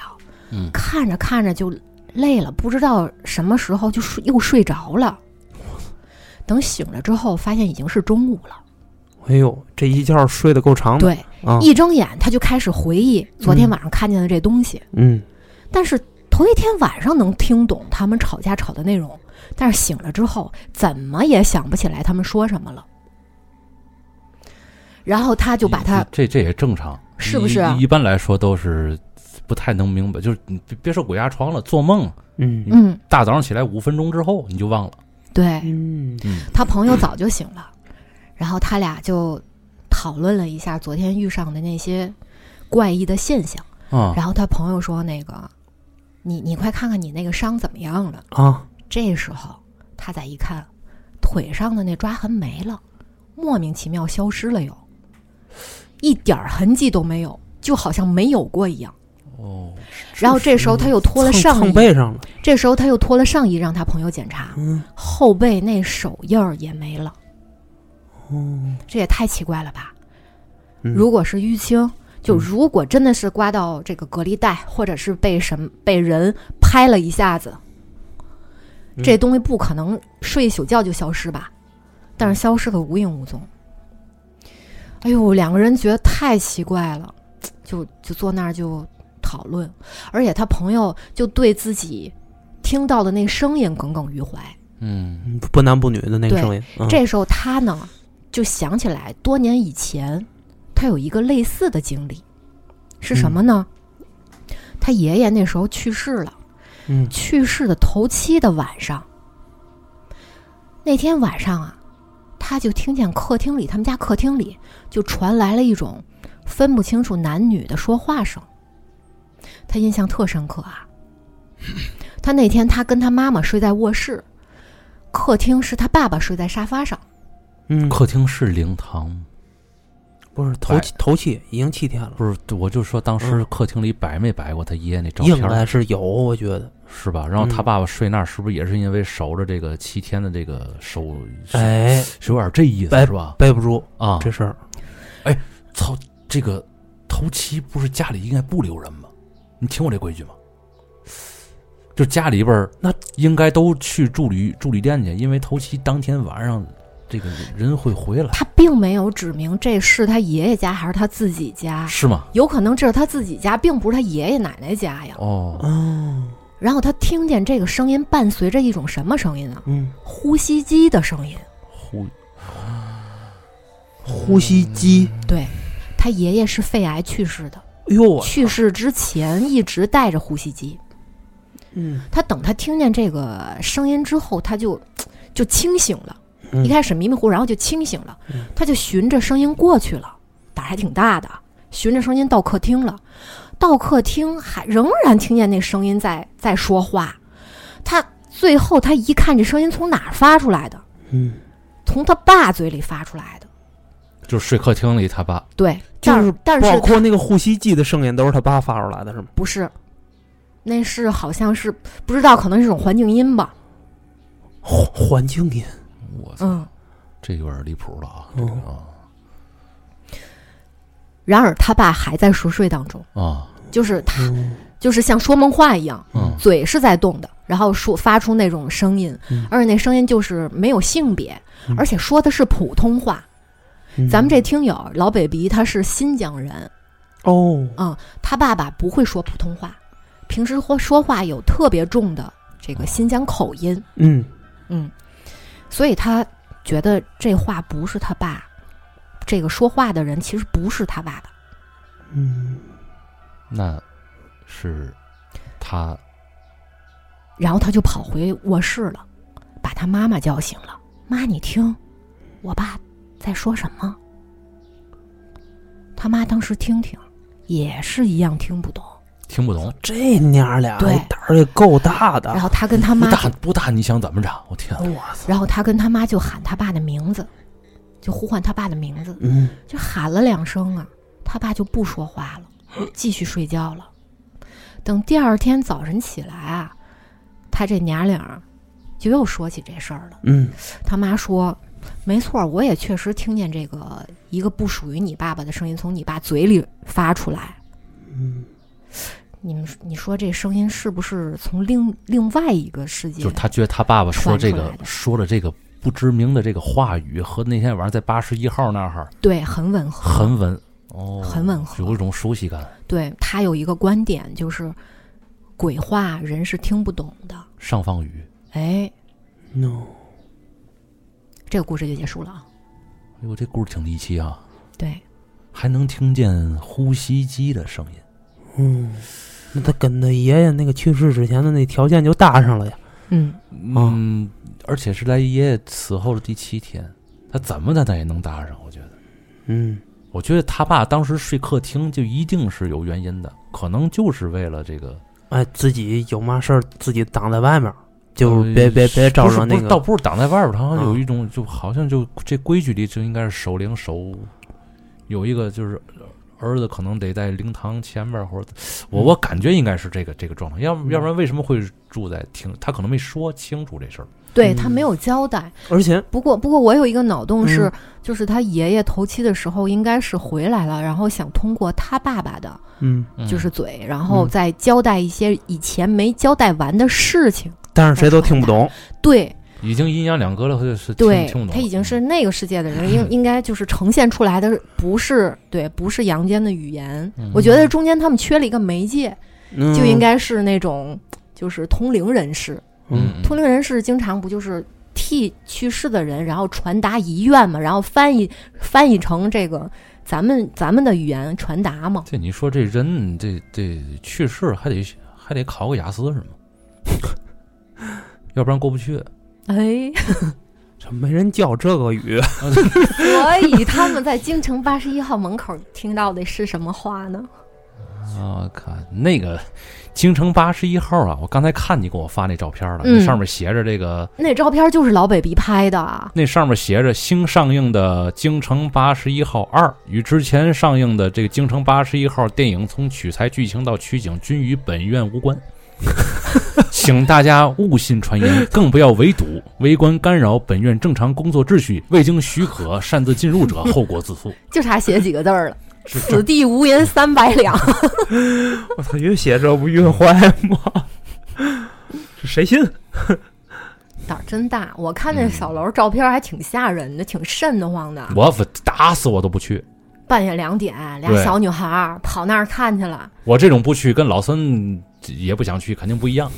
S1: 嗯
S3: 看着看着就累了，不知道什么时候就睡又睡着了。等醒了之后，发现已经是中午了。
S4: 哎呦，这一觉睡得够长的
S3: 对，
S4: 啊，
S3: 一睁眼他就开始回忆昨天晚上看见的这东西，
S4: 嗯，
S3: 但是头一天晚上能听懂他们吵架吵的内容，但是醒了之后怎么也想不起来他们说什么了。然后他就把他
S1: 这这也正常，
S3: 是不是啊
S1: 一一般来说都是不太能明白，就是你别别说鬼压床了，做梦，
S4: 嗯
S3: 嗯，
S1: 大早上起来五分钟之后你就忘了。
S3: 对，
S4: 嗯
S3: 他朋友早就醒了，然后他俩就讨论了一下昨天遇上的那些怪异的现象。
S1: 啊，
S3: 然后他朋友说：“那个，你你快看看你那个伤怎么样了
S4: 啊，？”
S3: 这时候他再一看，腿上的那抓痕没了，莫名其妙消失了又，一点儿痕迹都没有，就好像没有过一样。
S1: 哦，
S3: 然后这时候他又脱了
S4: 蹭
S3: 上
S4: 蹭
S3: 衣，
S4: 背上了，
S3: 这时候他又脱了上衣让他朋友检查，
S4: 嗯，
S3: 后背那手印儿也没了。
S4: 哦，
S3: 这也太奇怪了吧！
S4: 嗯
S3: 如果是淤青，就如果真的是刮到这个隔离带，或者是被什么被人拍了一下子，
S4: 嗯
S3: 这东西不可能睡一宿觉就消失吧？
S4: 嗯
S3: 但是消失的无影无踪。哎呦，两个人觉得太奇怪了，就就坐那儿就讨论，而且他朋友就对自己听到的那声音耿耿于怀。
S1: 嗯，
S4: 嗯不男不女的那个
S3: 对
S4: 声音，嗯
S3: 这时候他呢，就想起来多年以前，他有一个类似的经历，是什么呢？他爷爷那时候去世了，
S4: 嗯
S3: 去世的头七的晚上，那天晚上啊，他就听见客厅里，他们家客厅里就传来了一种分不清楚男女的说话声，他印象特深刻啊。他那天他跟他妈妈睡在卧室，客厅是他爸爸睡在沙发上。
S4: 嗯，
S1: 客厅是灵堂吗，
S4: 不是
S3: 哎
S4: 头
S1: 摆
S4: 七头七已经七天了，
S1: 不是？我就说当时
S4: 嗯
S1: 客厅里摆没摆过他爷爷那照
S4: 应
S1: 片
S4: 该
S1: 儿，
S4: 是有，我觉得，
S1: 是吧？然后他
S4: 嗯
S1: 爸爸睡那儿，是不是也是因为守着这个七天的这个守，是
S4: 哎，
S1: 有点这意思
S4: 哎
S1: 是吧？
S4: 背不住
S1: 啊，
S4: 这事儿，
S1: 操，这个头七不是家里应该不留人吗？你听过这规矩吗？就家里边儿
S4: 那
S1: 应该都去住旅住旅店去，因为头七当天晚上这个人会回来，
S3: 他并没有指明这是他爷爷家还是他自己家，
S1: 是吗？
S3: 有可能这是他自己家，并不是他爷爷奶奶家呀。
S1: 哦，
S4: 哦，
S3: 然后他听见这个声音伴随着一种什么声音呢？
S4: 嗯，
S3: 呼吸机的声音。
S1: 呼
S4: 呼吸机，
S3: 对，他爷爷是肺癌去世的，
S4: 哎呦我，
S3: 去世之前一直带着呼吸机。
S4: 嗯
S3: 他等他听见这个声音之后，他就就清醒了。
S4: 嗯
S3: 一开始迷迷糊，然后就清醒了，他就循着声音过去了，胆儿还挺大的，循着声音到客厅了。到客厅还仍然听见那声音在在说话。他最后他一看，这声音从哪儿发出来的？
S4: 嗯，
S3: 从他爸嘴里发出来的。
S1: 就是睡客厅里他爸
S3: 对，
S4: 就
S3: 但
S4: 是
S3: 但
S4: 包
S3: 是
S4: 括那个呼吸机的声音都是他爸发出来的，是吗？
S3: 不是，那是好像是不知道，可能是一种环境音吧。
S4: 环环境音，
S1: 我操，
S3: 嗯，
S1: 这有点离谱了啊！
S4: 嗯
S1: 啊，
S3: 然而他爸还在熟睡当中，
S1: 啊，
S3: 就是他
S4: 嗯
S3: 就是像说梦话一样，
S1: 嗯
S3: 嘴是在动的，然后说发出那种声音
S4: 嗯，
S3: 而且那声音就是没有性别，
S4: 嗯
S3: 而且说的是普通话。
S4: 嗯
S3: 咱们这听友老北鼻他是新疆人，
S4: 哦，
S3: 他爸爸不会说普通话，平时说说话有特别重的这个新疆口音，
S4: 嗯
S3: 嗯，所以他觉得这话不是他爸，这个说话的人其实不是他爸爸。
S4: 嗯，
S1: 那是他
S3: 然后他就跑回卧室了，把他妈妈叫醒了。妈，你听，我爸在说什么？他妈当时听听，也是一样听不懂。
S1: 听不懂，
S4: 这娘俩
S3: 对
S4: 胆儿也够大的
S3: 然，后他跟他
S1: 不
S3: 妈，
S1: 大不大， 你想怎么着？我天，啊
S4: 我操，
S3: 然后他跟他妈就喊他爸的名字，就呼唤他爸的名字，
S4: 嗯
S3: 就喊了两声啊，他爸就不说话 了，继续睡觉了。等第二天早晨起来啊，他这娘俩儿就又说起这事儿了。
S4: 嗯
S3: 他妈说：“没错儿，我也确实听见这个一个不属于你爸爸的声音从你爸嘴里发出来。
S4: 嗯，
S3: 你们，你说这声音是不是从另另外一个世界？
S1: 就是他觉得他爸爸说这
S3: 传出
S1: 个
S3: 来的
S1: 说了这个不知名的这个话语，和那天晚上在八十一号那儿
S3: 对，很吻合。
S1: 很吻哦，
S3: 很吻合
S1: 有一种熟悉感，
S3: 对他有一个观点，就是鬼话人是听不懂的。
S1: 上放语。
S3: 哎，
S4: no，
S3: 这个故事就结束了啊。
S1: 哎呦，这故事挺离奇啊，
S3: 对，
S1: 还能听见呼吸机的声音。
S4: 嗯，那他跟他爷爷那个去世之前的那条件就搭上了呀，
S3: 嗯，
S1: 嗯，而且是来爷爷死后的第七天，他怎么的他也能搭上，我觉得。
S4: 嗯
S1: 我觉得他爸当时睡客厅就一定是有原因的，可能就是为了这个，
S4: 哎，自己有嘛事儿自己挡在外面儿，就
S1: 呃
S4: 别别别招
S1: 不是
S4: 着那
S1: 不是倒
S4: 个，
S1: 不是挡在外边儿，他好像有
S4: 嗯
S1: 一种就好像就这规矩里就应该是守灵守，有一个就是儿子可能得在灵堂前边儿或者
S4: 嗯
S1: 我我感觉应该是这个这个状态，要不要不然为什么会住在厅？他可能没说清楚这事儿。
S3: 对
S4: 嗯
S3: 他没有交代。
S4: 而且
S3: 不过，不过我有一个脑洞是，
S4: 嗯
S3: 就是他爷爷头七的时候应该是回来了，然后想通过他爸爸的
S4: 嗯，
S3: 就是嘴，然后再交代一些以前没交代完的事情。
S4: 但是谁都听不懂，
S3: 对
S1: 已经阴阳两隔了，他就是听
S3: 对
S1: 听不懂，
S3: 他已经是那个世界的人， 应应该就是呈现出来的不是对，不是阳间的语言。
S1: 嗯
S3: 我觉得中间他们缺了一个媒介，
S4: 嗯
S3: 就应该是那种就是通灵人士。
S4: 嗯
S3: 通灵人士经常不就是替去世的人，然后传达遗愿嘛，然后翻译翻译成这个咱们咱们的语言传达嘛。
S1: 这你说这人这这去世还得还得考个雅思是吗？ 要不然过不去。啊
S3: 哎，
S4: 这没人教这个语，
S3: 所以他们在京城八十一号门口听到的是什么话呢？
S1: 啊，看那个京城八十一号啊，我刚才看你给我发那照片了，
S3: 嗯
S1: 那上面写着这个，
S3: 那照片就是老北鼻拍的啊。
S1: 那上面写着新上映的《京城八十一号二》与之前上映的这个《京城八十一号》电影，从取材、剧情到取景，均与本院无关。请大家勿信传言，更不要围堵、围观、干扰本院正常工作秩序。未经许可擅自进入者，后果自负。
S3: 就差写几个字儿了，
S1: 是这
S3: 此地无银三 百两。
S4: 我操，越写这不越坏吗？这谁信？
S3: 胆儿真大，我看那小楼照片还挺吓人的，挺瘆得慌的。
S1: 我不打死我都不去，
S3: 半夜两点，俩
S1: 对
S3: 小女孩儿跑那儿看去了。
S1: 我这种不去跟老孙也不想去，肯定不一样。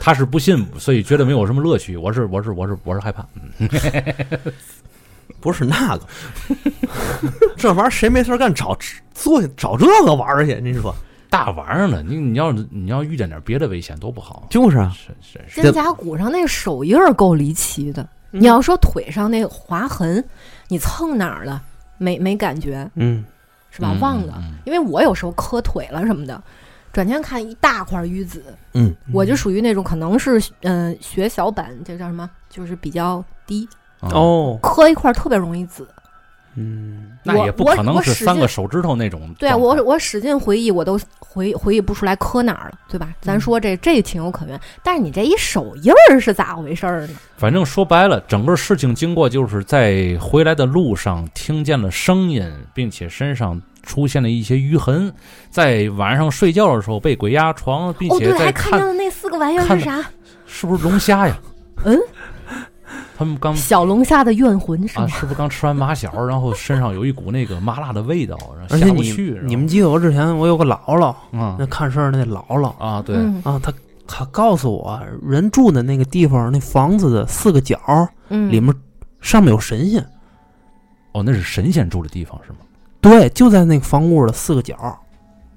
S1: 他是不信，所以觉得没有什么乐趣。我是我是我是我是害怕。
S2: 不是那个， 这玩意儿谁没事儿干找做找这个玩儿去？您说
S1: 大晚上了，你你要你要遇见点别的危险多不好。
S2: 就是啊，
S1: 是是是，
S3: 肩胛骨上那手印儿够离奇的。你要说腿上那划痕，你蹭哪儿了？没没感觉
S4: 嗯，
S3: 是吧
S1: 嗯？
S3: 忘了
S1: 嗯嗯，
S3: 因为我有时候磕腿了什么的，转天看一大块淤紫。
S2: 嗯，
S3: 我就属于那种可能是嗯、呃血小板，这叫什么？就是比较低，
S1: 嗯，
S4: 哦，
S3: 磕一块儿特别容易紫。
S4: 嗯，
S1: 那也不可能是三
S3: 我我
S1: 个手指头那种。
S3: 对啊，我我使劲回忆，我都回回忆不出来磕哪儿了，对吧？
S1: 嗯
S3: 咱说这这情有可原，但是你这一手印儿是咋回事儿呢？
S1: 反正说白了，整个事情经过就是在回来的路上听见了声音，并且身上出现了一些淤痕，在晚上睡觉的时候被鬼压床，并
S3: 哦，
S1: 且
S3: 对，
S1: 在
S3: 还看
S1: 看
S3: 见了那四个玩意儿
S1: 看
S3: 是啥？
S1: 是不是龙虾呀？
S3: 嗯，
S1: 他们刚
S3: 小龙虾的怨魂是
S1: 啊，
S3: 吗？
S1: 是不是刚吃完麻小，然后身上有一股那个麻辣的味道，然后
S4: 而
S1: 下
S4: 且
S1: 不
S4: 你
S1: 去。然后
S4: 你们记得我之前我有个姥姥，
S1: 嗯
S4: 那看事儿那姥姥
S1: 啊，对，
S3: 嗯
S4: 啊，她她告诉我，人住的那个地方那房子的四个角儿
S3: 嗯，
S4: 里面上面有神仙，
S1: 哦，那是神仙住的地方是吗？
S4: 对，就在那个房屋的四个角儿，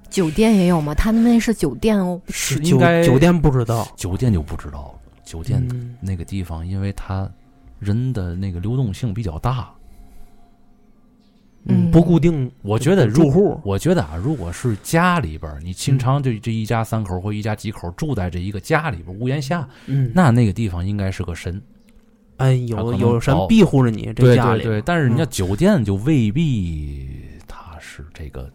S3: 酒店也有吗？他们那是酒店哦。
S1: 是
S4: 酒
S1: 应该
S4: 酒店不知道，
S1: 酒店就不知道了，酒店
S4: 嗯，
S1: 那个地方，因为它人的那个流动性比较大，
S3: 嗯
S4: 不固定，
S1: 我觉得
S4: 呃住
S1: 如
S4: 户嗯
S1: 我觉得啊，如果是家里边儿，你经常就这一家三口或一家几口住在这一个家里边儿屋檐下，
S4: 嗯，
S1: 那那个地方应该是个神。
S4: 哎
S1: 他可
S4: 有
S1: 能
S4: 有神
S1: 保
S4: 庇护着你这家
S1: 对
S4: 里，
S1: 对，但是人家
S4: 嗯
S1: 酒店就未必它是这个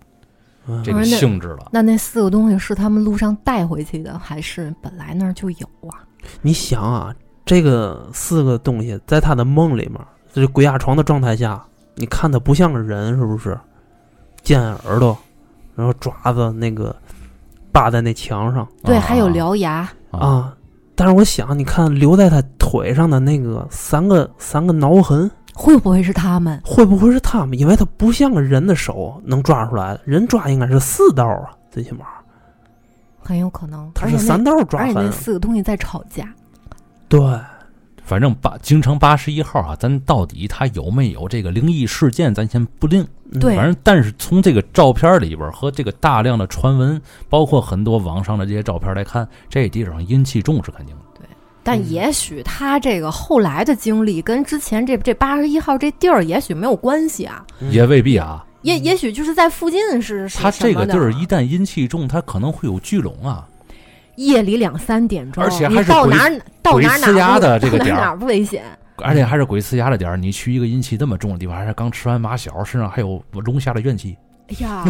S4: 嗯
S1: 这个
S3: 不是那
S1: 性质了。
S3: 那那四个东西是他们路上带回去的，还是本来那儿就有啊？
S4: 你想啊，这个四个东西在他的梦里面，就是鬼压床的状态下，你看他不像个人，是不是？尖耳朵，然后爪子那个扒在那墙上
S3: 对，
S1: 啊
S3: 还有獠牙。
S1: 啊，
S4: 啊。但是我想，你看留在他腿上的那个三个三个挠痕，
S3: 会不会是他们？
S4: 会不会是他们？因为他不像个人的手能抓出来的，人抓应该是四道啊，最起码
S3: 很有可能。
S4: 他
S3: 而
S4: 是
S3: 且那
S4: 三道
S3: 而
S4: 抓
S3: 且那
S4: 痕。啊
S3: 四个东西在吵架。
S4: 对，
S1: 反正八京城八十一号啊，咱到底它有没有这个灵异事件，咱先不定。
S4: 嗯
S3: 对
S1: 反正，但是从这个照片里边儿和这个大量的传闻，包括很多网上的这些照片来看，这地方阴气重是肯定的。
S3: 但
S4: 嗯
S3: 也许他这个后来的经历跟之前这这八十一号这地儿也许没有关系啊，
S4: 嗯
S1: 也未必啊。
S3: 也也许就是在附近是是
S1: 它
S3: 什
S1: 这
S3: 么
S1: 个
S3: 的
S1: 地儿一旦阴气重，它可能会有聚拢啊。
S3: 夜里两三点钟，
S1: 而且
S3: 你
S1: 还是
S3: 到
S1: 鬼
S3: 哪儿到哪儿
S1: 鬼
S3: 哪儿
S1: 呲牙
S3: 不
S1: 的这个
S3: 到哪
S1: 点
S3: 儿
S1: 儿
S3: 哪儿不危险？
S1: 而且还是鬼呲牙的点儿，你去一个阴气这么重的地方，还是刚吃完麻小，身上还有龙虾的怨气，
S3: 哎呀，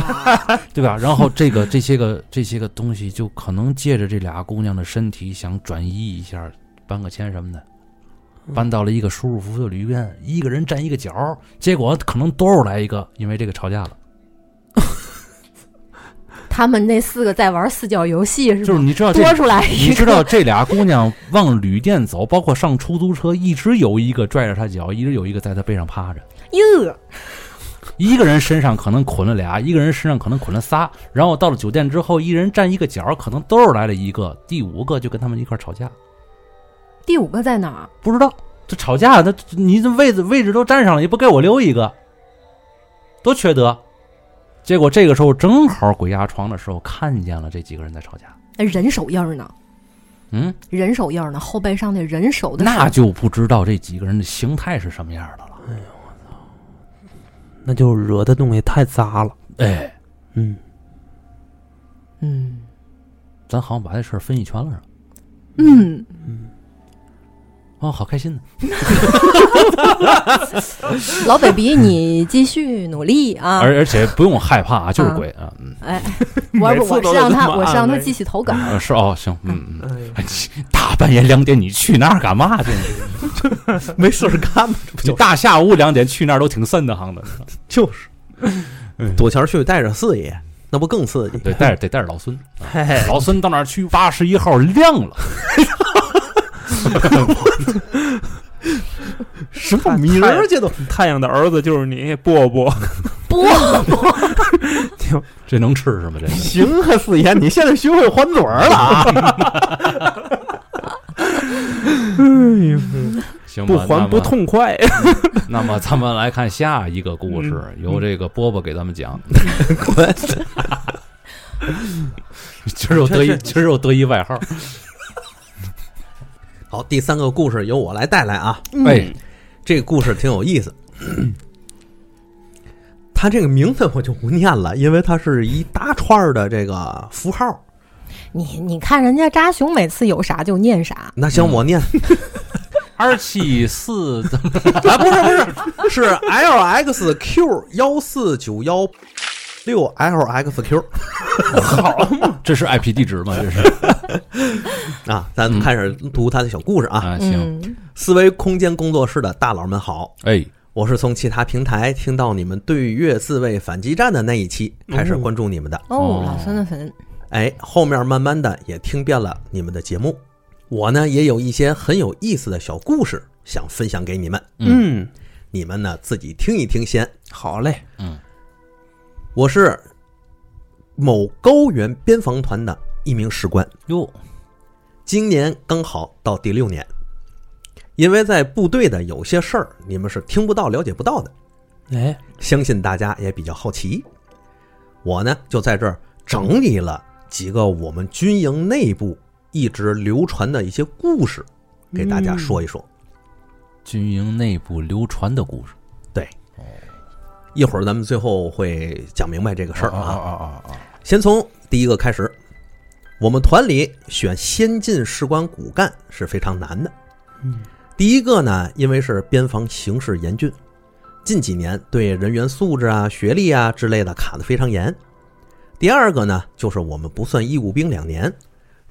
S1: 对 吧？然后这个这些个这些个东西，就可能借着这俩姑娘的身体，想转移一下，搬个迁什么的，
S3: 嗯
S1: 搬到了一个舒舒服服的旅店，一个人占一个角儿，结果可能多出来一个，因为这个吵架了。
S3: 他们那四个在玩四角游戏是
S1: 就
S3: 吗？
S1: 是你知道这
S3: 嗯多 出来一
S1: 你
S3: 个，
S1: 知道这俩姑娘往旅店走，包括上出租车，一直有一个拽着她脚，一直有一个在她背上趴着。
S3: 哟，
S1: 一个人身上可能捆了俩，一个人身上可能捆了仨。然后到了酒店之后，一人占一个角，可能兜儿来了一个，第五个就跟他们一块儿吵架。
S3: 第五个在哪儿？
S1: 不知道这吵架，那你这位置位置都占上了，也不给我留一个，多缺德！结果这个时候正好鬼压床的时候，看见了这几个人在吵架。
S3: 人手印儿呢？
S1: 嗯，
S3: 人手印儿呢？后背上那人手的
S1: 那
S3: 手
S1: 就不知道这几个人的形态是什么样的了。
S4: 那就惹的东西太杂了。
S1: 哎，
S4: 嗯，
S3: 嗯
S1: 咱好像把这事儿分析全了，是吧？
S3: 嗯。
S1: 哦，好开心呢。
S3: 老北鼻，你继续努力 啊！
S1: 而而且不用害怕啊，就是鬼啊，嗯，
S3: 哎，我
S4: 每
S3: 不
S4: 次
S3: 我
S4: 都
S3: 是
S4: 有
S3: 让
S4: 这
S3: 他，
S4: 么
S3: 我是
S4: 安
S3: 让他
S4: 慰
S3: 继续投稿。
S1: 呃是哦，行，嗯嗯。
S4: 哎呦
S1: 哎，你大半夜两点你去那儿干 嘛去？
S2: 没事儿干嘛，这不
S1: 你
S2: 就
S1: 大下午两点去那儿都挺瘆得慌的。
S2: 就是
S1: 嗯
S2: 躲前去带着四爷，那不更刺激？
S1: 对，带着得带着老孙，
S4: 嘿嘿
S1: 老孙到那儿去，八十一号亮了，
S2: 什么迷人儿 这都
S4: 太阳的儿子就是你，波 波。
S3: 不，
S1: 这能吃是吗？ 这个
S2: 行啊，四爷，你现在学会还嘴儿了啊！
S1: 行吧
S4: 不还不。痛快。
S1: 那么那么咱们来看下一个故事，由这个波波给咱们讲。
S2: 滚！
S1: 今儿又得一，今儿又得一外 号。
S2: 好，第三个故事由我来带来啊。
S3: 嗯
S1: 哎，
S2: 这个故事挺有意 思。它这个名字我就不念了，因为它是一大串儿的这个符号。
S3: 你你看人家扎熊每次有啥就念啥，
S2: 那行，
S1: 嗯
S2: 我念、
S1: 二七四，
S2: 啊，不是不是，是 L X Q 幺四九幺六 L X Q
S1: 这是 IP 地址吗？这是
S2: 啊，咱们开始读他的小故事 啊。
S1: 啊，行，
S3: 嗯，
S2: 思维空间工作室的大佬们好，
S1: 哎，
S2: 我是从其他平台听到你们对越自卫反击战的那一期开始关注你们的，
S1: 哦
S3: 哦，老孙的粉，
S2: 哎，后面慢慢的也听遍了你们的节目，我呢也有一些很有意思的小故事想分享给你们，
S4: 嗯，
S2: 你们呢自己听一听先。
S4: 好嘞，
S2: 我是某高原边防团的一名士官，
S1: 哟，
S2: 今年刚好到第六年。因为在部队的有些事儿，你们是听不到、了解不到的，
S4: 哎，
S2: 相信大家也比较好奇。我呢就在这儿整理了几个我们军营内部一直流传的一些故事，给大家说一说。
S1: 军营内部流传的故事
S2: 一会儿咱们最后会讲明白这个事儿
S1: 啊
S2: 啊。
S1: 啊啊啊！
S2: 先从第一个开始，我们团里选先进士官骨干是非常难的。
S4: 嗯，
S2: 第一个呢，因为是边防形势严峻，近几年对人员素质啊、学历啊之类的卡得非常严。第二个呢，就是我们不算义务兵两年，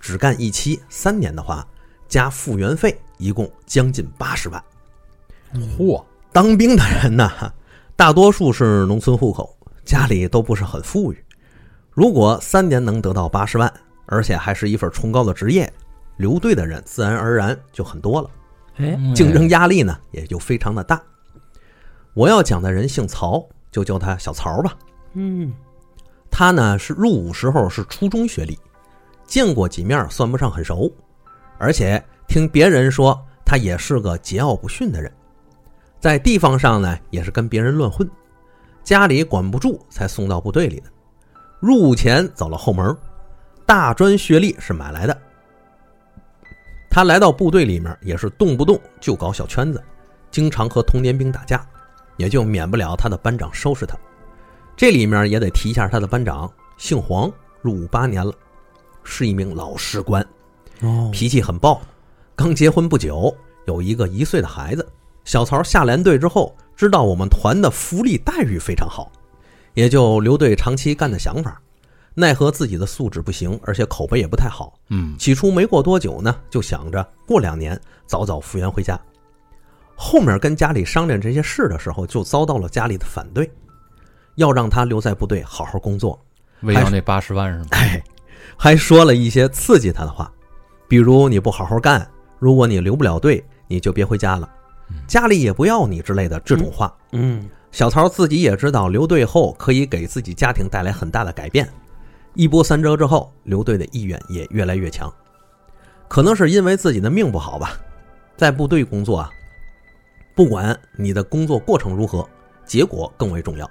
S2: 只干一期三年的话，加复员费一共将近八十万。
S5: 嚯，
S2: 当兵的人呢，大多数是农村户口，家里都不是很富裕。如果三年能得到八十万，而且还是一份崇高的职业，留队的人自然而然就很多了。
S4: 哎，
S1: 嗯
S2: 竞争压力呢也就非常的大。我要讲的人姓曹，就叫他小曹吧。
S4: 嗯，
S2: 他呢是入伍时候是初中学历，见过几面算不上很熟，而且听别人说他也是个桀骜不驯的人，在地方上呢也是跟别人乱混，家里管不住才送到部队里的。入伍前走了后门，大专学历是买来的。他来到部队里面也是动不动就搞小圈子，经常和童年兵打架，也就免不了他的班长收拾他。这里面也得提一下他的班长，姓黄，入伍八年了，是一名老士官，
S4: 哦，
S2: 脾气很暴，刚结婚不久，有一个一岁的孩子。小曹下连队之后，知道我们团的福利待遇非常好，也就留队长期干的想法。奈何自己的素质不行，而且口碑也不太好，
S1: 嗯，
S2: 起初没过多久呢，就想着过两年早早复员回家。后面跟家里商量这些事的时候，就遭到了家里的反对，要让他留在部队好好工作， 哎
S1: 为了那八十万是嗯吗？
S2: 还说了一些刺激他的话，比如你不好好干，如果你留不了队，你就别回家了，家里也不要你之类的这种话。
S4: 嗯，
S2: 小曹自己也知道留队后可以给自己家庭带来很大的改变，一波三折之后，留队的意愿也越来越强。可能是因为自己的命不好吧，在部队工作啊，不管你的工作过程如何，结果更为重要。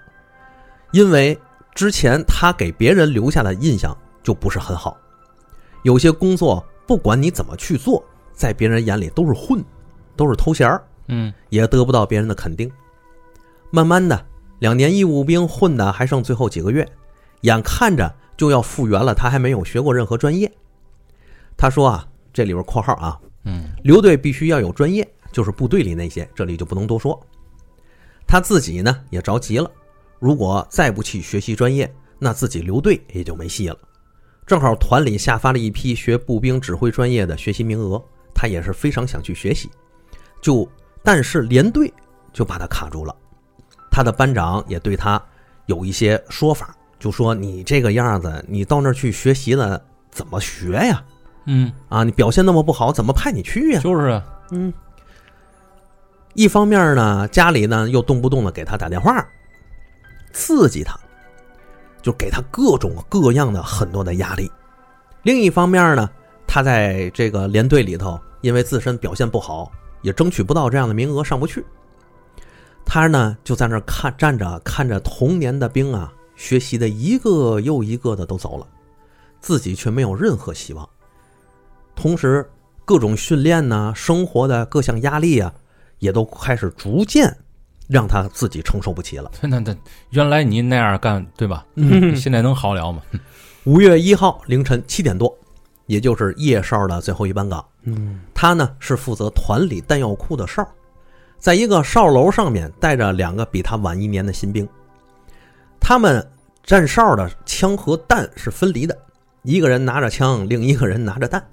S2: 因为之前他给别人留下的印象就不是很好，有些工作不管你怎么去做，在别人眼里都是混，都是偷闲儿。
S1: 嗯，
S2: 也得不到别人的肯定。慢慢的，两年义务兵混的还剩最后几个月，眼看着就要复员了，他还没有学过任何专业。他说啊，这里边括号啊，
S1: 嗯，
S2: 留队必须要有专业，就是部队里那些，这里就不能多说。他自己呢也着急了，如果再不去学习专业，那自己留队也就没戏了。正好团里下发了一批学步兵指挥专业的学习名额，他也是非常想去学习，就但是连队就把他卡住了。他的班长也对他有一些说法，就说你这个样子，你到那儿去学习呢，怎么学呀？
S1: 嗯，
S2: 啊，你表现那么不好，怎么派你去呀？
S1: 就是啊，
S2: 一方面呢，家里呢又动不动的给他打电话，刺激他，就给他各种各样的很多的压力。另一方面呢，他在这个连队里头，因为自身表现不好，也争取不到这样的名额，上不去。他呢就在那儿看站着，看着同年的兵啊，学习的一个又一个的都走了，自己却没有任何希望。同时，各种训练呐、生活的各项压力啊，也都开始逐渐让他自己承受不起了。
S1: 那那原来你那样干对吧？
S4: 嗯
S1: 现在能好了吗？
S2: 五月一号凌晨七点多，也就是夜哨的最后一班岗，
S4: 嗯，
S2: 他呢是负责团里弹药库的哨，在一个哨楼上面带着两个比他晚一年的新兵，他们站哨的枪和弹是分离的，一个人拿着枪，另一个人拿着弹。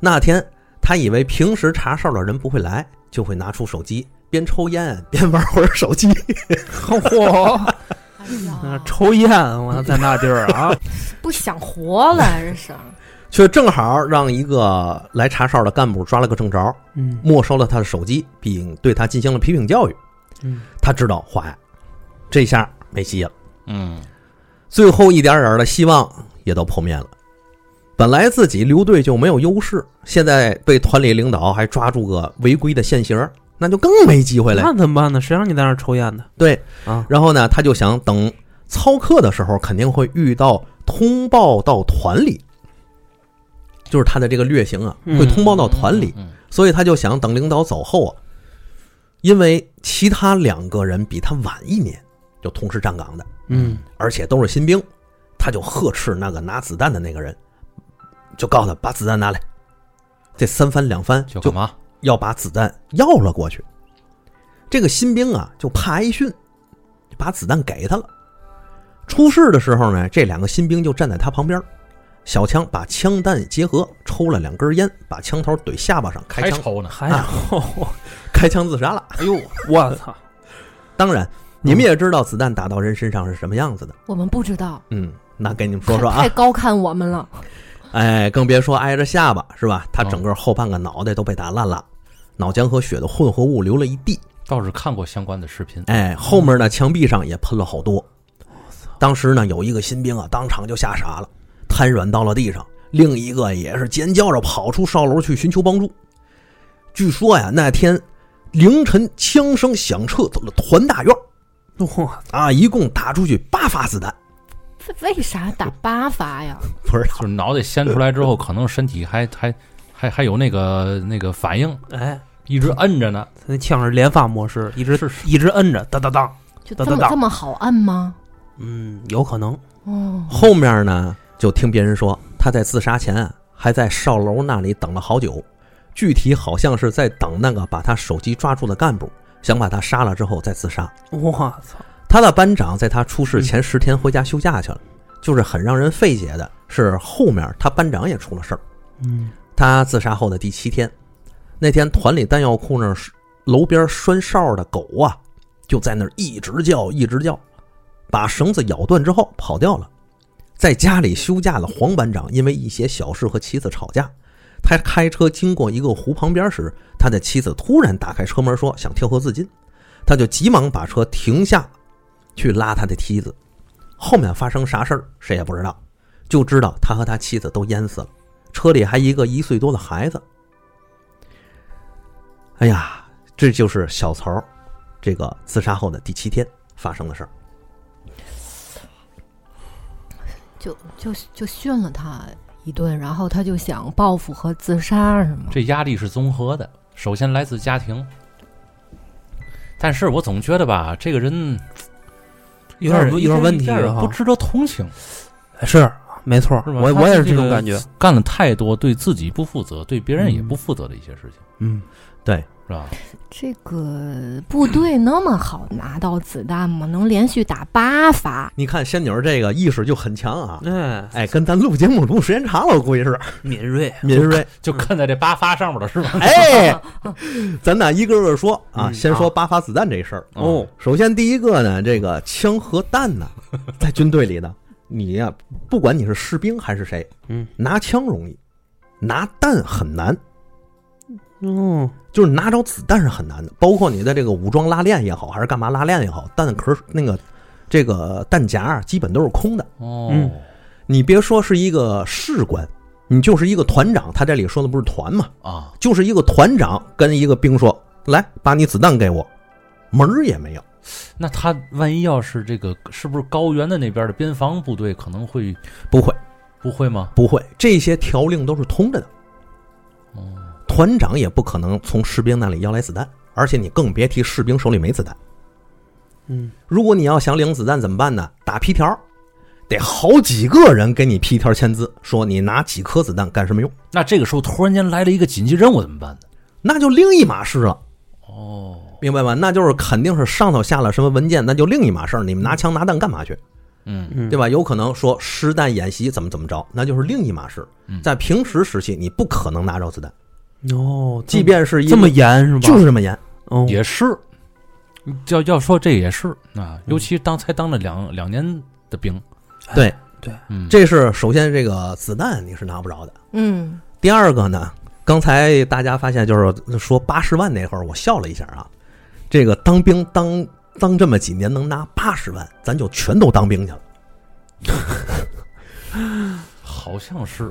S2: 那天他以为平时查哨的人不会来，就会拿出手机边抽烟边玩会儿手机，哦
S4: 嚯，
S3: 哎
S4: 那
S3: 呀，
S4: 抽烟，我在那地儿啊，
S3: 不想活了，这是。
S2: 却正好让一个来查哨的干部抓了个正着，
S4: 嗯
S2: 没收了他的手机，并对他进行了批评教育。
S4: 嗯，
S2: 他知道，坏，这下没戏了。
S1: 嗯
S2: 最后一点点的希望也都破灭了。本来自己留队就没有优势，现在被团里领导还抓住个违规的现行，那就更没机会了。
S4: 那怎么办呢？谁让你在那儿抽烟的
S2: 对，
S4: 啊？
S2: 然后呢，他就想等操课的时候，肯定会遇到通报到团里，就是他的这个略行啊，
S4: 嗯
S2: 会通报到团里，
S1: 嗯
S2: 所以他就想等领导走后啊，因为其他两个人比他晚一年，就同时站岗的，
S4: 嗯
S2: 而且都是新兵，他就呵斥那个拿子弹的那个人，就告诉他把子弹拿来。这三番两番
S1: 就
S2: 就
S1: 干嘛？
S2: 要把子弹要了过去。这个新兵啊，就怕挨训，就把子弹给他了。出事的时候呢，这两个新兵就站在他旁边，小枪把枪弹结合，抽了两根烟，把枪头怼下巴上，开
S1: 还
S2: 枪
S1: 抽呢？
S4: 还有，
S2: 开枪自杀了。
S1: 哎呦，
S4: 我操，
S2: 当然，你们也知道子弹打到人身上是什么样子的。
S3: 我们不知道，
S2: 嗯，那给你们说说啊
S3: 太太，高看我们了。
S2: 哎，更别说挨着下巴是吧？他整个后半个脑袋都被打烂了，脑浆和血的混合物流了一地。
S1: 倒是看过相关的视频。
S2: 哎，后面呢墙壁上也喷了好多。当时呢有一个新兵啊，当场就吓傻了，瘫软到了地上；另一个也是尖叫着跑出哨楼去寻求帮助。据说呀，那天凌晨枪声响彻走了团大院儿
S4: 我
S2: 啊，一共打出去八发子弹，
S3: 这 为啥打八发呀？
S2: 不是
S1: 就是脑袋掀出来之后，可能身体还还还还有那个那个反应，
S4: 哎，
S1: 一直摁着呢。
S4: 他那枪是连发模式，一直
S1: 是
S4: 一直摁着，当当当，
S3: 就
S4: 打
S3: 这
S4: 打
S3: 么
S4: 打
S3: 这么好按吗？
S4: 嗯，有可能，
S3: 哦，
S2: 后面呢，就听别人说他在自杀前啊还在哨楼那里等了好久，具体好像是在等那个把他手机抓住的干部，想把他杀了之后再自杀。
S4: 我操，
S2: 他的班长在他出事前十天回家休假去了，就是很让人费解的是，后面他班长也出了事儿。
S4: 嗯
S2: 他自杀后的第七天，那天团里弹药库那儿楼边拴哨的狗啊，就在那儿一直叫一直叫，把绳子咬断之后跑掉了。在家里休假的黄班长因为一些小事和妻子吵架，他开车经过一个湖旁边时，他的妻子突然打开车门说想跳河自尽，他就急忙把车停下去拉他的妻子。后面发生啥事儿谁也不知道，就知道他和他妻子都淹死了。车里还一个一岁多的孩子。哎呀，这就是小曹儿这个自杀后的第七天发生的事儿。
S3: 就就就训了他一顿，然后他就想报复和自杀是吗？
S1: 这压力是综合的，首先来自家庭，但是我总觉得吧，这个人
S4: 有点有点问题啊
S1: 有点
S4: 哈
S1: 不值得同情，
S4: 是啊没错，
S1: 是吧
S4: 我
S1: 他
S4: 我也
S1: 是
S4: 是这
S1: 这
S4: 种
S1: 个
S4: 感觉，
S1: 干了太多对自己不负责、对别人也不负责的一些事情，
S4: 嗯，
S1: 是吧？
S3: 这个部队那么好拿到子弹吗？能连续打八发？
S2: 你看仙女儿这个意识就很强啊，
S4: 哎，
S2: 哎，跟咱录节目录时间长了，我估计 是
S4: 敏锐，啊
S2: 敏锐。
S1: 就看在这八发上面了，是 吧？
S2: 哎，咱俩一个个说啊，
S4: 嗯
S2: 先说八发子弹这事儿。
S4: 哦，
S2: 首先第一个呢，这个枪和弹 呢，在军队里呢，你呀、不管你是士兵还是谁，
S4: 嗯，
S2: 拿枪容易，拿弹很难。
S4: 嗯，
S2: 就是拿着子弹是很难的，包括你的这个武装拉链也好，还是干嘛拉链也好，弹壳那个这个弹夹啊基本都是空的。
S1: 哦，
S4: 嗯
S2: 你别说是一个士官，你就是一个团长，他这里说的不是团嘛，
S1: 啊，
S2: 就是一个团长跟一个兵说：“来，把你子弹给我。”门儿也没有，
S1: 那他万一要是这个，是不是高原的那边的边防部队可能会
S2: 不会
S1: 不会吗？
S2: 不会，这些条令都是通着的。
S1: 哦，
S2: 团长也不可能从士兵那里要来子弹，而且你更别提士兵手里没子弹。
S4: 嗯，
S2: 如果你要想领子弹怎么办呢？打批条，得好几个人给你批条签字，说你拿几颗子弹干什么用，
S1: 那这个时候突然间来了一个紧急任务怎么办呢？
S2: 那就另一码事了，
S1: 哦，
S2: 明白吗？那就是肯定是上头下了什么文件，那就另一码事儿。你们拿枪拿弹干嘛去，
S1: 嗯
S4: 嗯
S2: 对吧？有可能说实弹演习怎么怎么着，那就是另一码事
S1: 嗯。
S2: 在平时时期，你不可能拿着子弹，
S4: 哦，
S2: 即便是一个
S4: 这么严是吧？
S2: 就是这么严，
S4: 哦，
S1: 也是，要要说这也是啊，尤其当才当了两两年的兵，
S2: 对
S4: 对，
S1: 嗯，
S2: 这是首先这个子弹你是拿不着的。
S3: 嗯
S2: 第二个呢，刚才大家发现就是说八十万那会儿，我笑了一下啊。这个当兵当当这么几年能拿八十万，咱就全都当兵去了。
S1: 好像 是，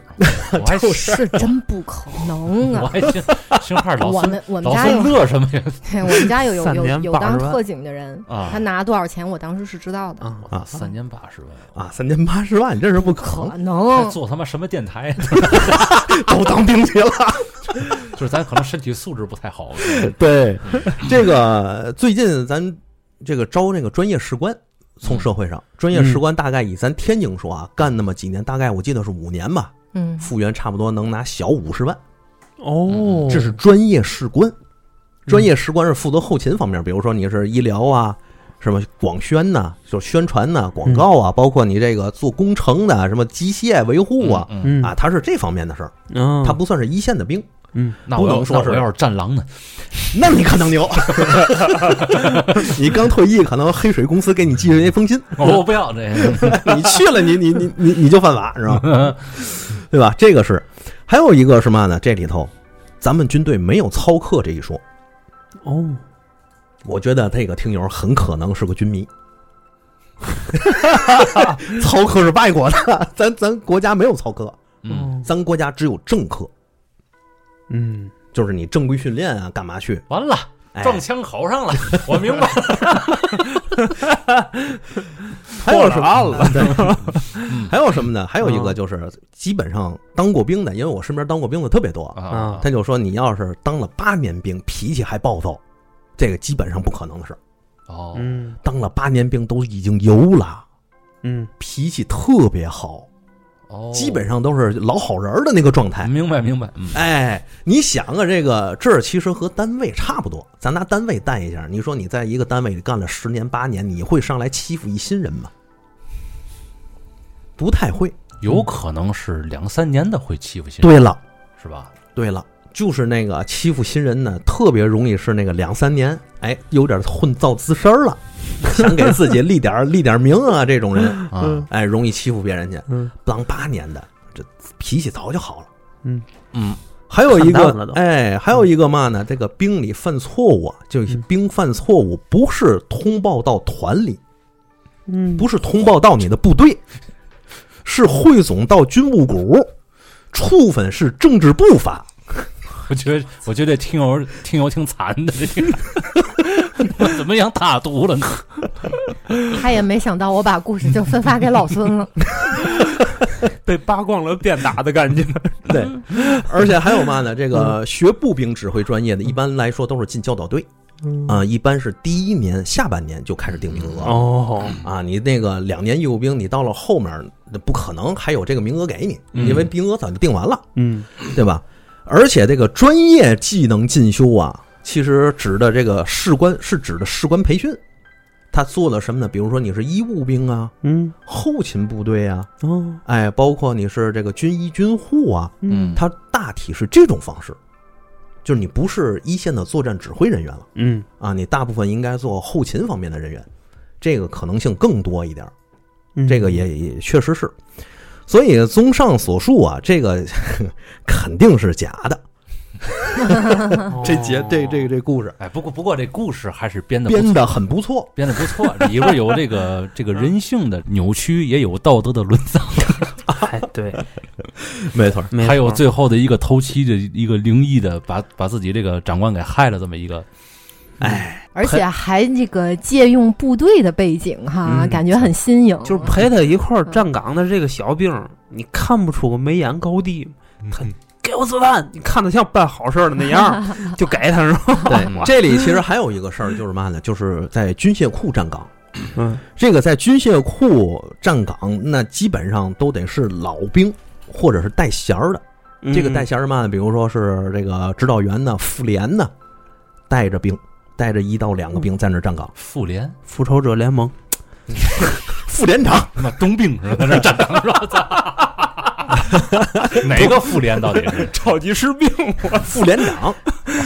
S1: 我还
S3: 是真不可能
S1: 我
S3: 啊！
S1: 还听听话 老
S3: 我
S1: 孙
S3: 们我们
S1: 老
S3: 家有
S1: 孙乐什么呀？
S3: 对，我们家有有
S4: 三
S3: 有
S4: 年
S3: 有
S4: 80
S3: 当
S4: 万
S3: 特警的人，
S1: 啊
S3: 他拿多少钱，我当时是知道的，
S4: 啊，
S2: 啊
S1: 三年八十万，
S2: 啊，三年八十万，这是不可
S3: 可
S2: 能，
S1: 还
S3: 能
S1: 做他妈什么电台？
S2: 都当兵去了。
S1: 就是咱可能身体素质不太好，
S5: 对，
S2: 这个最近咱这个招那个专业士官，从社会上专业士官大概以咱天津说啊，干那么几年，大概我记得是五年吧，
S3: 嗯
S2: 复员差不多能拿小五十万，
S4: 哦，嗯
S2: 这是专业士官。专业士官是负责后勤方面，比如说你是医疗啊，什么广宣呐、就是宣传
S4: 嗯
S2: 呐、广告啊，包括你这个做工程的，什么机械维护啊，
S1: 嗯，嗯
S4: 嗯
S2: 啊，他是这方面的事儿，
S4: 啊，
S2: 他不算是一线的兵，
S4: 嗯，
S1: 那我
S2: 不
S1: 要
S2: 能说
S1: 那我
S2: 是
S1: 要是战狼呢？
S2: 那你可能牛， 你刚退役，可能黑水公司给你寄人一封信，
S1: 我我不要这 个，
S2: 你去了你，你你你你就犯法，是吧？ 对吧？这个是，还有一个是嘛呢？这里头，咱们军队没有操课这一说，
S4: 哦，
S2: 我觉得这个听友很可能是个军迷。操课是外国的， 咱咱国家没有操课，
S1: 嗯，
S4: 哦，
S2: 咱国家只有正课，
S4: 嗯，
S2: 就是你正规训练啊，干嘛去？
S1: 完了。
S2: 哎，
S1: 撞枪口上 了，我明白了。
S2: 还有什么
S5: 破 了？
S1: 嗯
S2: 还有什么呢？还有一个
S4: 啊
S2: 就是，基本上当过兵的，因为我身边当过兵的特别多，
S1: 啊
S5: 嗯
S2: 他就说你要是当了八年兵，脾气还暴躁，这个基本上不可能的事儿。
S1: 哦，
S4: 嗯
S2: 当了八年兵都已经油了，
S4: 嗯，
S2: 脾气特别好，
S5: 嗯
S1: 哦
S2: 基本上都是老好人儿的那个状态。
S1: 明白明白，嗯
S2: 哎，你想啊，这个这儿其实和单位差不多。咱拿单位带一下，你说你在一个单位里干了十年八年，你会上来欺负一新人吗？不太会。
S1: 有可能是两三年的会欺负新人，
S2: 对了，
S1: 是吧？
S2: 对了，就是那个欺负新人呢，特别容易是那个两三年，哎，有点混造滋身儿了，想给自己立点儿立点儿名啊，这种人，
S1: 啊，
S4: 嗯
S2: 哎，容易欺负别人去。
S4: 嗯，
S2: 当八年的，这脾气早就好了。
S4: 嗯
S1: 嗯，
S2: 还有一
S4: 看淡了
S2: 个
S4: 都，
S2: 哎，还有一个嘛呢？这个兵里犯错误啊，就是
S4: 嗯
S2: 兵犯错误不是通报到团里，
S4: 嗯，
S2: 不是通报到你的部队，是汇总到军务股，处分是政治部罚。
S1: 我觉得我觉得听友听友挺惨的，这听友我 怎么养大毒了呢？
S3: 他也没想到我把故事就分发给老孙了。
S5: 被扒光了鞭打的感觉。
S2: 对，而且还有嘛呢？这
S4: 嗯
S2: 个学步兵指挥专业的，一般来说都是进教导队啊、一般是第一年下半年就开始定名额了
S4: 哦，
S2: 啊。你那个两年义务兵，你到了后面那不可能还有这个名额给你，
S1: 嗯
S2: 因为名额早就定完了，
S4: 嗯，
S2: 对吧？而且这个专业技能进修啊，其实指的这个士官是指的士官培训，他做了什么呢？比如说你是医务兵啊，
S4: 嗯，
S2: 后勤部队啊，
S4: 哦，
S2: 哎，包括你是这个军医军护啊，
S1: 嗯，
S2: 它大体是这种方式，就是你不是一线的作战指挥人员了
S4: 嗯，
S2: 啊，你大部分应该做后勤方面的人员，这个可能性更多一点儿，
S4: 嗯
S2: 这个也也确实是。所以综上所述啊，这个 肯定是假的。
S4: 嗯
S2: 这
S4: 哦
S2: 节这这这故事
S1: 哎，不过不过这故事还是编的
S2: 编的很不错，
S1: 编的不错，里边有这个这个人性的扭曲，也有道德的沦丧，
S4: 哎， 对，
S2: 没错。
S4: 没
S1: 还有
S4: 错
S1: 最后的一个头七的一个灵异的把把自己这个长官给害了这么一个，
S3: 而且还那个借用部队的背景哈，
S4: 嗯
S3: 感觉很新颖。
S4: 就是陪他一块儿站岗的这个小兵儿，你看不出个眉眼高低，
S1: 嗯
S4: 他给我子弹，你看他像办好事儿的那样儿，就给他是吧？
S1: 对
S2: 这里其实还有一个事 儿，就是嘛呢？就是在军械库站岗。
S4: 嗯，
S2: 这个在军械库站岗，那基本上都得是老兵或者是带衔儿的。这个带衔儿嘛，比如说是这个指导员呢、妇联呢，带着兵，带着一到两个兵在那儿站岗。
S1: 妇联
S4: 复仇者联盟，
S2: 副连长，
S1: 他妈冬兵是吧？在那站岗是吧？ 操哪个妇联到底是？
S5: 超级士兵，
S2: 副连长，
S1: 也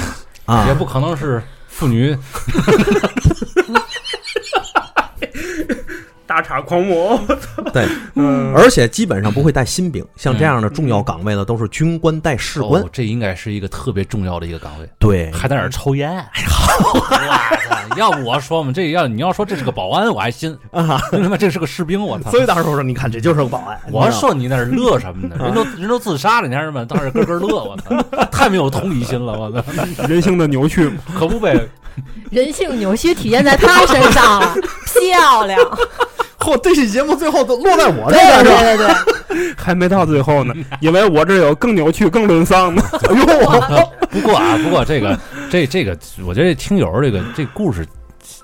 S2: 啊，
S1: 不可能是妇女
S4: 大叉狂 魔，
S2: 对，
S4: 嗯，
S2: 而且基本上不会带新兵，像这样的重要岗位呢，都是军官带士官
S1: 哦。，这应该是一个特别重要的一个岗位，
S2: 对，
S1: 还在那儿抽烟。我操！要不我说嘛，这要你要说这是个保安，我还信
S2: 啊，
S1: 你他妈这是个士兵，我操！
S2: 所以当时我说，你看这就是个保
S4: 哎
S2: 安。
S1: 我
S2: 你知道吗
S1: 说你那儿乐什么呢？人都人都自杀了，你还是嘛，到那儿咯咯乐，我操！太没有同理心了，我操！
S5: 人性的扭曲嘛，
S1: 可不呗，
S3: 人性扭曲体现在他身上 了，漂亮！
S2: 嚯，哦这期节目最后都落在我这
S3: 对
S2: 边是吧？
S3: 对对对，
S5: 还没到最后呢，因为我这有更扭曲、更沦丧的。
S2: 哎呦，我
S1: 不过啊，不过这个 这这个，我觉得听友这个这故事，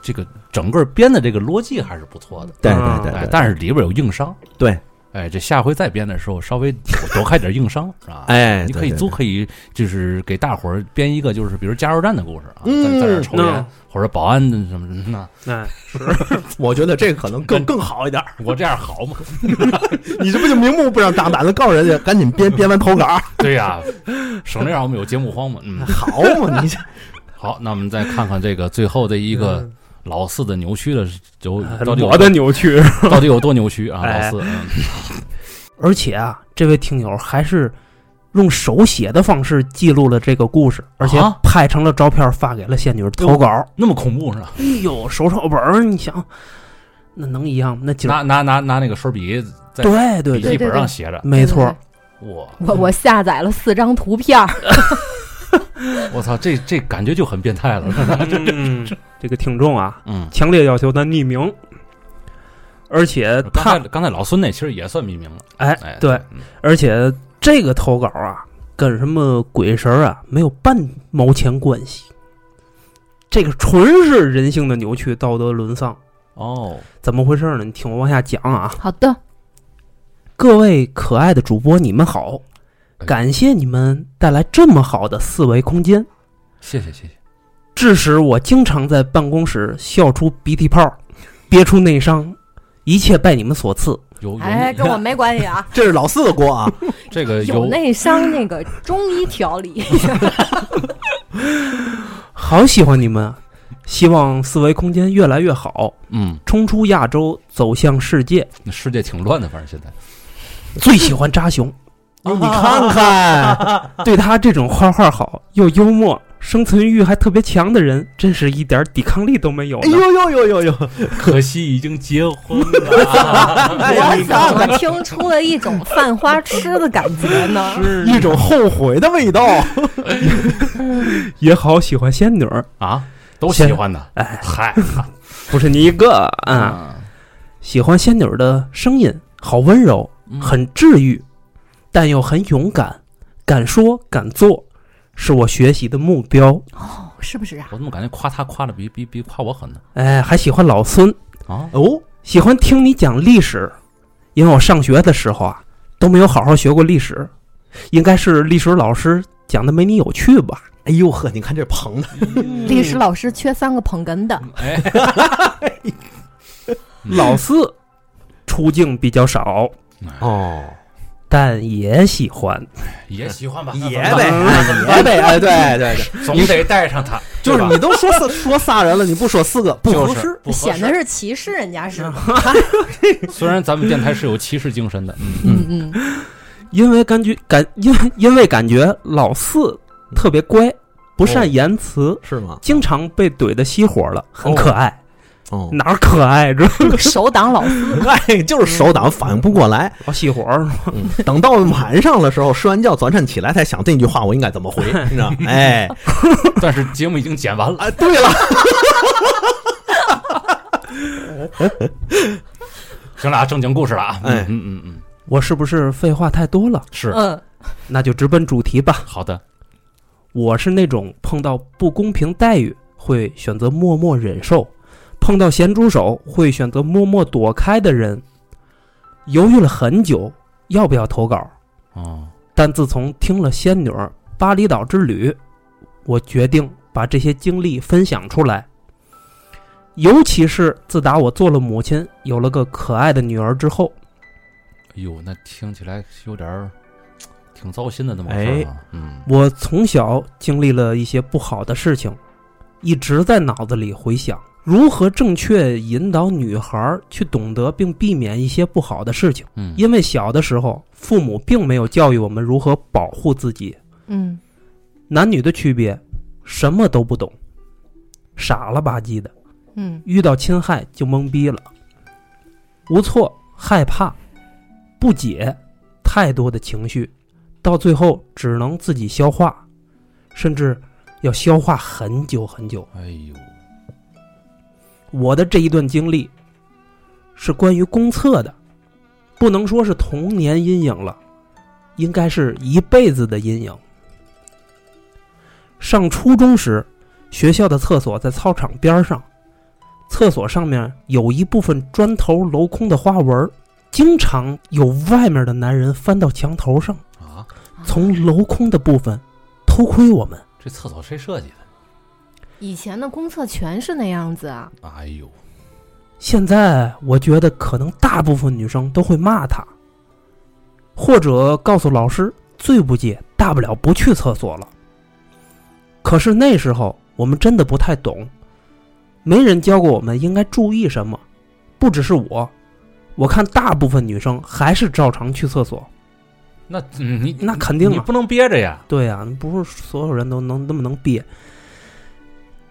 S1: 这个整个编的这个逻辑还是不错的，
S2: 对对对
S1: 哎
S2: 嗯对，，
S1: 但是里边有硬伤。
S2: 对，
S1: 哎，这下回再编的时候稍微多开点硬伤，是吧？
S2: 哎，
S1: 你可以
S2: 对
S1: 都可以就是给大伙儿编一个，就是比如加油站的故事啊，
S2: 嗯
S1: 在在那儿抽烟
S4: 那，
S1: 或者保安什么的。那
S4: 哎，
S2: 我觉得这个可能更更好一点儿。
S1: 我这样好吗？
S2: 你这不就明目不让当胆的告诉人家，赶紧编编完投稿儿，
S1: 对呀、省得让我们有节目荒嘛。 嗯，
S2: 好嘛？你这
S1: 好，那我们再看看这个最后的一个
S2: 嗯
S1: 老四的扭曲的有哎到底有
S5: 我的扭曲，
S1: 到底有多扭曲啊？老
S4: 哎
S1: 四，嗯
S4: 而且啊，这位听友还是用手写的方式记录了这个故事，而且
S1: 啊
S4: 拍成了照片发给了仙女投稿。
S1: 那么恐怖是吧？
S4: 哎呦，手抄本儿，你想，那能一样吗？那景儿
S1: 拿拿拿拿那个水笔在
S4: 对对
S1: 笔
S4: 对，
S1: 记本
S3: 对对
S1: 上
S3: 对
S1: 写着，
S4: 没错儿，
S1: 哇，
S3: 我我下载了四张图片儿，
S1: 我操，这这感觉就很变态 了。
S4: 嗯这个听众啊，
S1: 嗯，
S4: 强烈要求他匿名，而且
S1: 刚
S4: 他
S1: 才刚才老孙那其实也算命名了。
S4: 哎
S1: 哎，
S4: 对，
S1: 嗯
S4: 而且这个投稿啊，跟什么鬼神儿啊没有半毛钱关系，这个纯是人性的扭曲、道德沦丧。
S1: 哦，
S4: 怎么回事呢？你听我往下讲啊，
S3: 好的，
S4: 各位可爱的主播，你们好，
S2: 哎
S4: 感谢你们带来这么好的四维空间，
S1: 谢谢谢谢。
S4: 致使我经常在办公室笑出鼻涕泡，憋出内伤，一切拜你们所赐。
S1: 有有
S3: 哎，
S1: 你
S3: 跟我
S1: 看
S3: 没关系啊，
S2: 这是老四的锅 啊！
S1: 这个
S3: 有内伤那个中医调 理，
S4: 好喜欢你们啊，希望四维空间越来越好，
S1: 嗯，
S4: 冲出亚洲，走向世界。
S1: 那世界挺乱的，反正现在。
S4: 最喜欢 扎熊，
S2: 哟你看看，
S4: 对他这种画画好又幽默、生存欲还特别强的人，真是一点抵抗力都没有
S2: 哎
S4: 呢。
S2: 呦呦呦呦呦，
S1: 可惜已经结婚了，
S2: 哎
S3: 我怎么听出了一种犯花痴的感觉呢？
S2: 一种后悔的味道。
S4: 也好喜欢仙女儿，
S1: 啊，都喜欢的。
S4: 哎，
S1: 嗨，
S4: 不是你一个
S2: 嗯
S4: 啊、喜欢仙女儿的声音，好温柔，
S1: 嗯
S4: 很治愈，但又很勇敢，敢说敢做，是我学习的目标。
S3: 哦， 是不是啊？
S1: 我怎么感觉夸他夸的比比比夸我狠呢？
S4: 哎，还喜欢老孙，
S1: 啊，
S2: 哦，
S4: 喜欢听你讲历史，因为我上学的时候啊都没有好好学过历史，应该是历史老师讲的没你有趣吧。
S2: 哎呦呵，你看这捧的，
S3: 历史老师缺三个捧哏的，
S1: 哎，
S2: 嗯
S4: 老四出镜比较少，
S2: 哦，
S4: 但也喜欢。
S1: 也喜欢吧，
S2: 爷呗， 爷呗，哎，对对对，
S1: 总得带上他，
S2: 就是你都说四说仨人了，你不说四个不合适。
S1: 不
S3: 显得是歧视人家是吧？
S1: 虽然咱们电台是有骑士精神的，嗯，
S3: 嗯 嗯，
S4: 因为感觉感因因为感觉老四特别乖，不
S1: 哦
S4: 善言辞，
S2: 是吗？
S4: 经常被怼的熄火了，很
S1: 哦
S4: 可爱。
S2: 哦，
S4: 哪儿可爱这
S3: 手挡老四，
S2: 哎，就是手挡反应不过来，
S4: 老熄火儿
S2: 等到晚上的时候，睡完觉转身起来才想这句话我应该怎 么回，你知道吗？哎，
S1: 但是节目已经剪完了，
S2: 啊，对了，
S1: 行了啊，正经故事了啊，
S2: 哎
S1: 嗯嗯嗯嗯，
S4: 我是不是废话太多了？
S1: 是
S3: 嗯，
S4: 那就直奔主题吧。
S1: 好的，
S4: 我是那种碰到不公平待遇会选择默默忍受，碰到咸猪手会选择默默躲开的人。犹豫了很久，要不要投稿？
S1: 哦，
S4: 但自从听了仙女儿巴厘岛之旅，我决定把这些经历分享出来。尤其是自打我做了母亲，有了个可爱的女儿之后，
S1: 哎呦，那听起来有点儿挺糟心的那么回事儿啊，嗯，
S4: 我从小经历了一些不好的事情，一直在脑子里回想，如何正确引导女孩儿去懂得并避免一些不好的事情。
S1: 嗯，
S4: 因为小的时候，父母并没有教育我们如何保护自己，
S3: 嗯
S4: 男女的区别，什么都不懂，傻了吧唧的，
S3: 嗯
S4: 遇到侵害就懵逼了，无措、害怕、不解，太多的情绪，到最后只能自己消化，甚至要消化很久很久。
S1: 哎呦，
S4: 我的这一段经历是关于公厕的，不能说是童年阴影了，应该是一辈子的阴影。上初中时，学校的厕所在操场边上，厕所上面有一部分砖头镂空的花纹儿，经常有外面的男人翻到墙头上，
S1: 啊，
S4: 从镂空的部分偷窥我们。
S1: 这厕所谁设计的？
S3: 以前的公厕全是那样子啊，
S1: 哎呦，
S4: 现在我觉得可能大部分女生都会骂他，或者告诉老师最不济，大不了不去厕所了。可是那时候我们真的不太懂，没人教过我们应该注意什么。不只是我，我看大部分女生还是照常去厕所，
S1: 那嗯你
S4: 那肯定
S1: 你
S4: 啊。
S1: 不能憋着呀。
S4: 对呀、不是所有人都能那么能憋。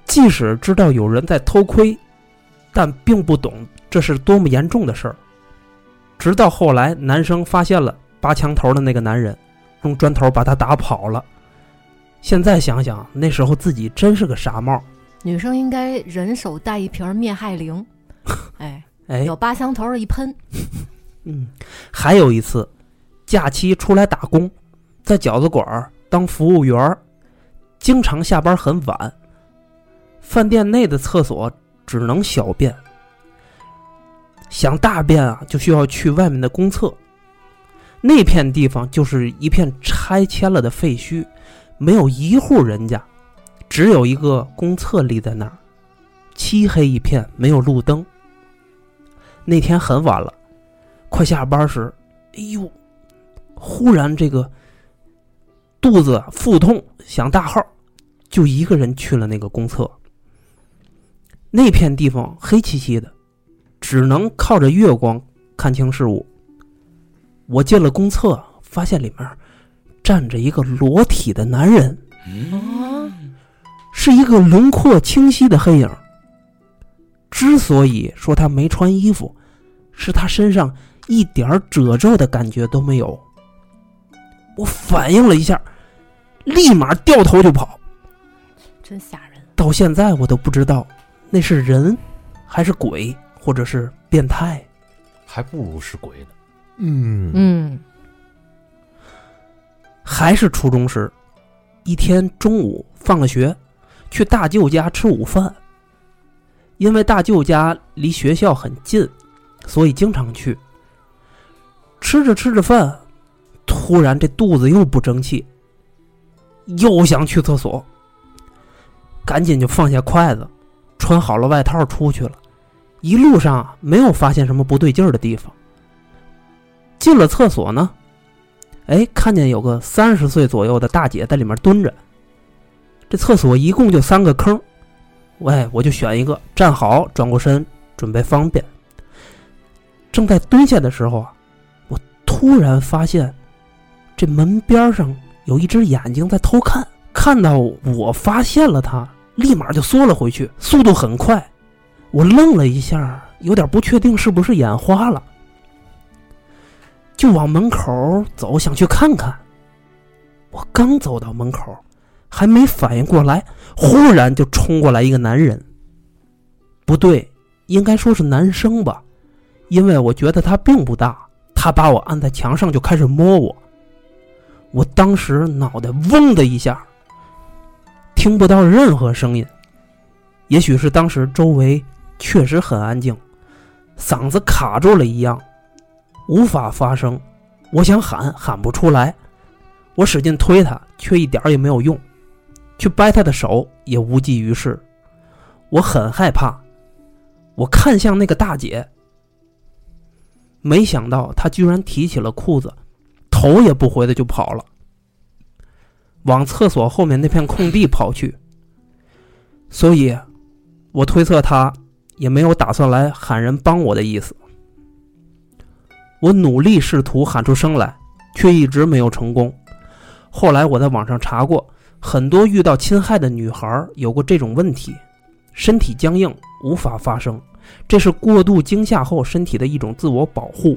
S4: 即使知道有人在偷窥，但并不懂这是多么严重的事儿。直到后来，男生发现了拔墙头的那个男人，用砖头把他打跑了。现在想想，那时候自己真是个傻帽儿。
S3: 女生应该人手带一瓶灭害灵，哎，
S4: 哎，
S3: 有八香头儿一喷，
S4: 嗯，还有一次，假期出来打工，在饺子馆儿当服务员儿，经常下班很晚。饭店内的厕所只能小便，想大便啊，就需要去外面的公厕。那片地方就是一片拆迁了的废墟，没有一户人家，只有一个公厕立在那儿，漆黑一片，没有路灯。那天很晚了。快下班时，哎呦，忽然这个肚子啊腹痛，想大号，就一个人去了那个公厕。那片地方黑漆漆的，只能靠着月光看清事物。我进了公厕，发现里面站着一个裸体的男人，
S1: 嗯，
S4: 是一个轮廓清晰的黑影。之所以说他没穿衣服，是他身上一点儿褶皱的感觉都没有。我反应了一下，立马掉头就跑。
S3: 真吓人。
S4: 到现在我都不知道那是人，还是鬼，或者是变态。
S1: 还不如是鬼呢。
S5: 嗯
S3: 嗯
S4: 还是初中时，一天中午放了学，去大舅家吃午饭。因为大舅家离学校很近，所以经常去。吃着吃着饭，突然这肚子又不争气，又想去厕所，赶紧就放下筷子，穿好了外套出去了。一路上啊没有发现什么不对劲儿的地方。进了厕所呢，哎，看见有个三十岁左右的大姐在里面蹲着。这厕所一共就三个坑，喂，我就选一个，站好，转过身，准备方便。正在蹲下的时候啊，我突然发现这门边上有一只眼睛在偷看，看到我发现了它，立马就缩了回去，速度很快。我愣了一下，有点不确定是不是眼花了。就往门口走，想去看看。我刚走到门口，还没反应过来，忽然就冲过来一个男人。不对，应该说是男生吧，因为我觉得他并不大。他把我按在墙上就开始摸我，我当时脑袋嗡的一下，听不到任何声音。也许是当时周围确实很安静，嗓子卡住了一样。无法发声。我想喊，喊不出来。我使劲推他，却一点儿也没有用。去掰他的手也无济于事。我很害怕。我看向那个大姐，没想到她居然提起了裤子，头也不回的就跑了，往厕所后面那片空地跑去。所以，我推测他也没有打算来喊人帮我的意思。我努力试图喊出声来，却一直没有成功。后来我在网上查过，很多遇到侵害的女孩有过这种问题，身体僵硬，无法发声，这是过度惊吓后身体的一种自我保护。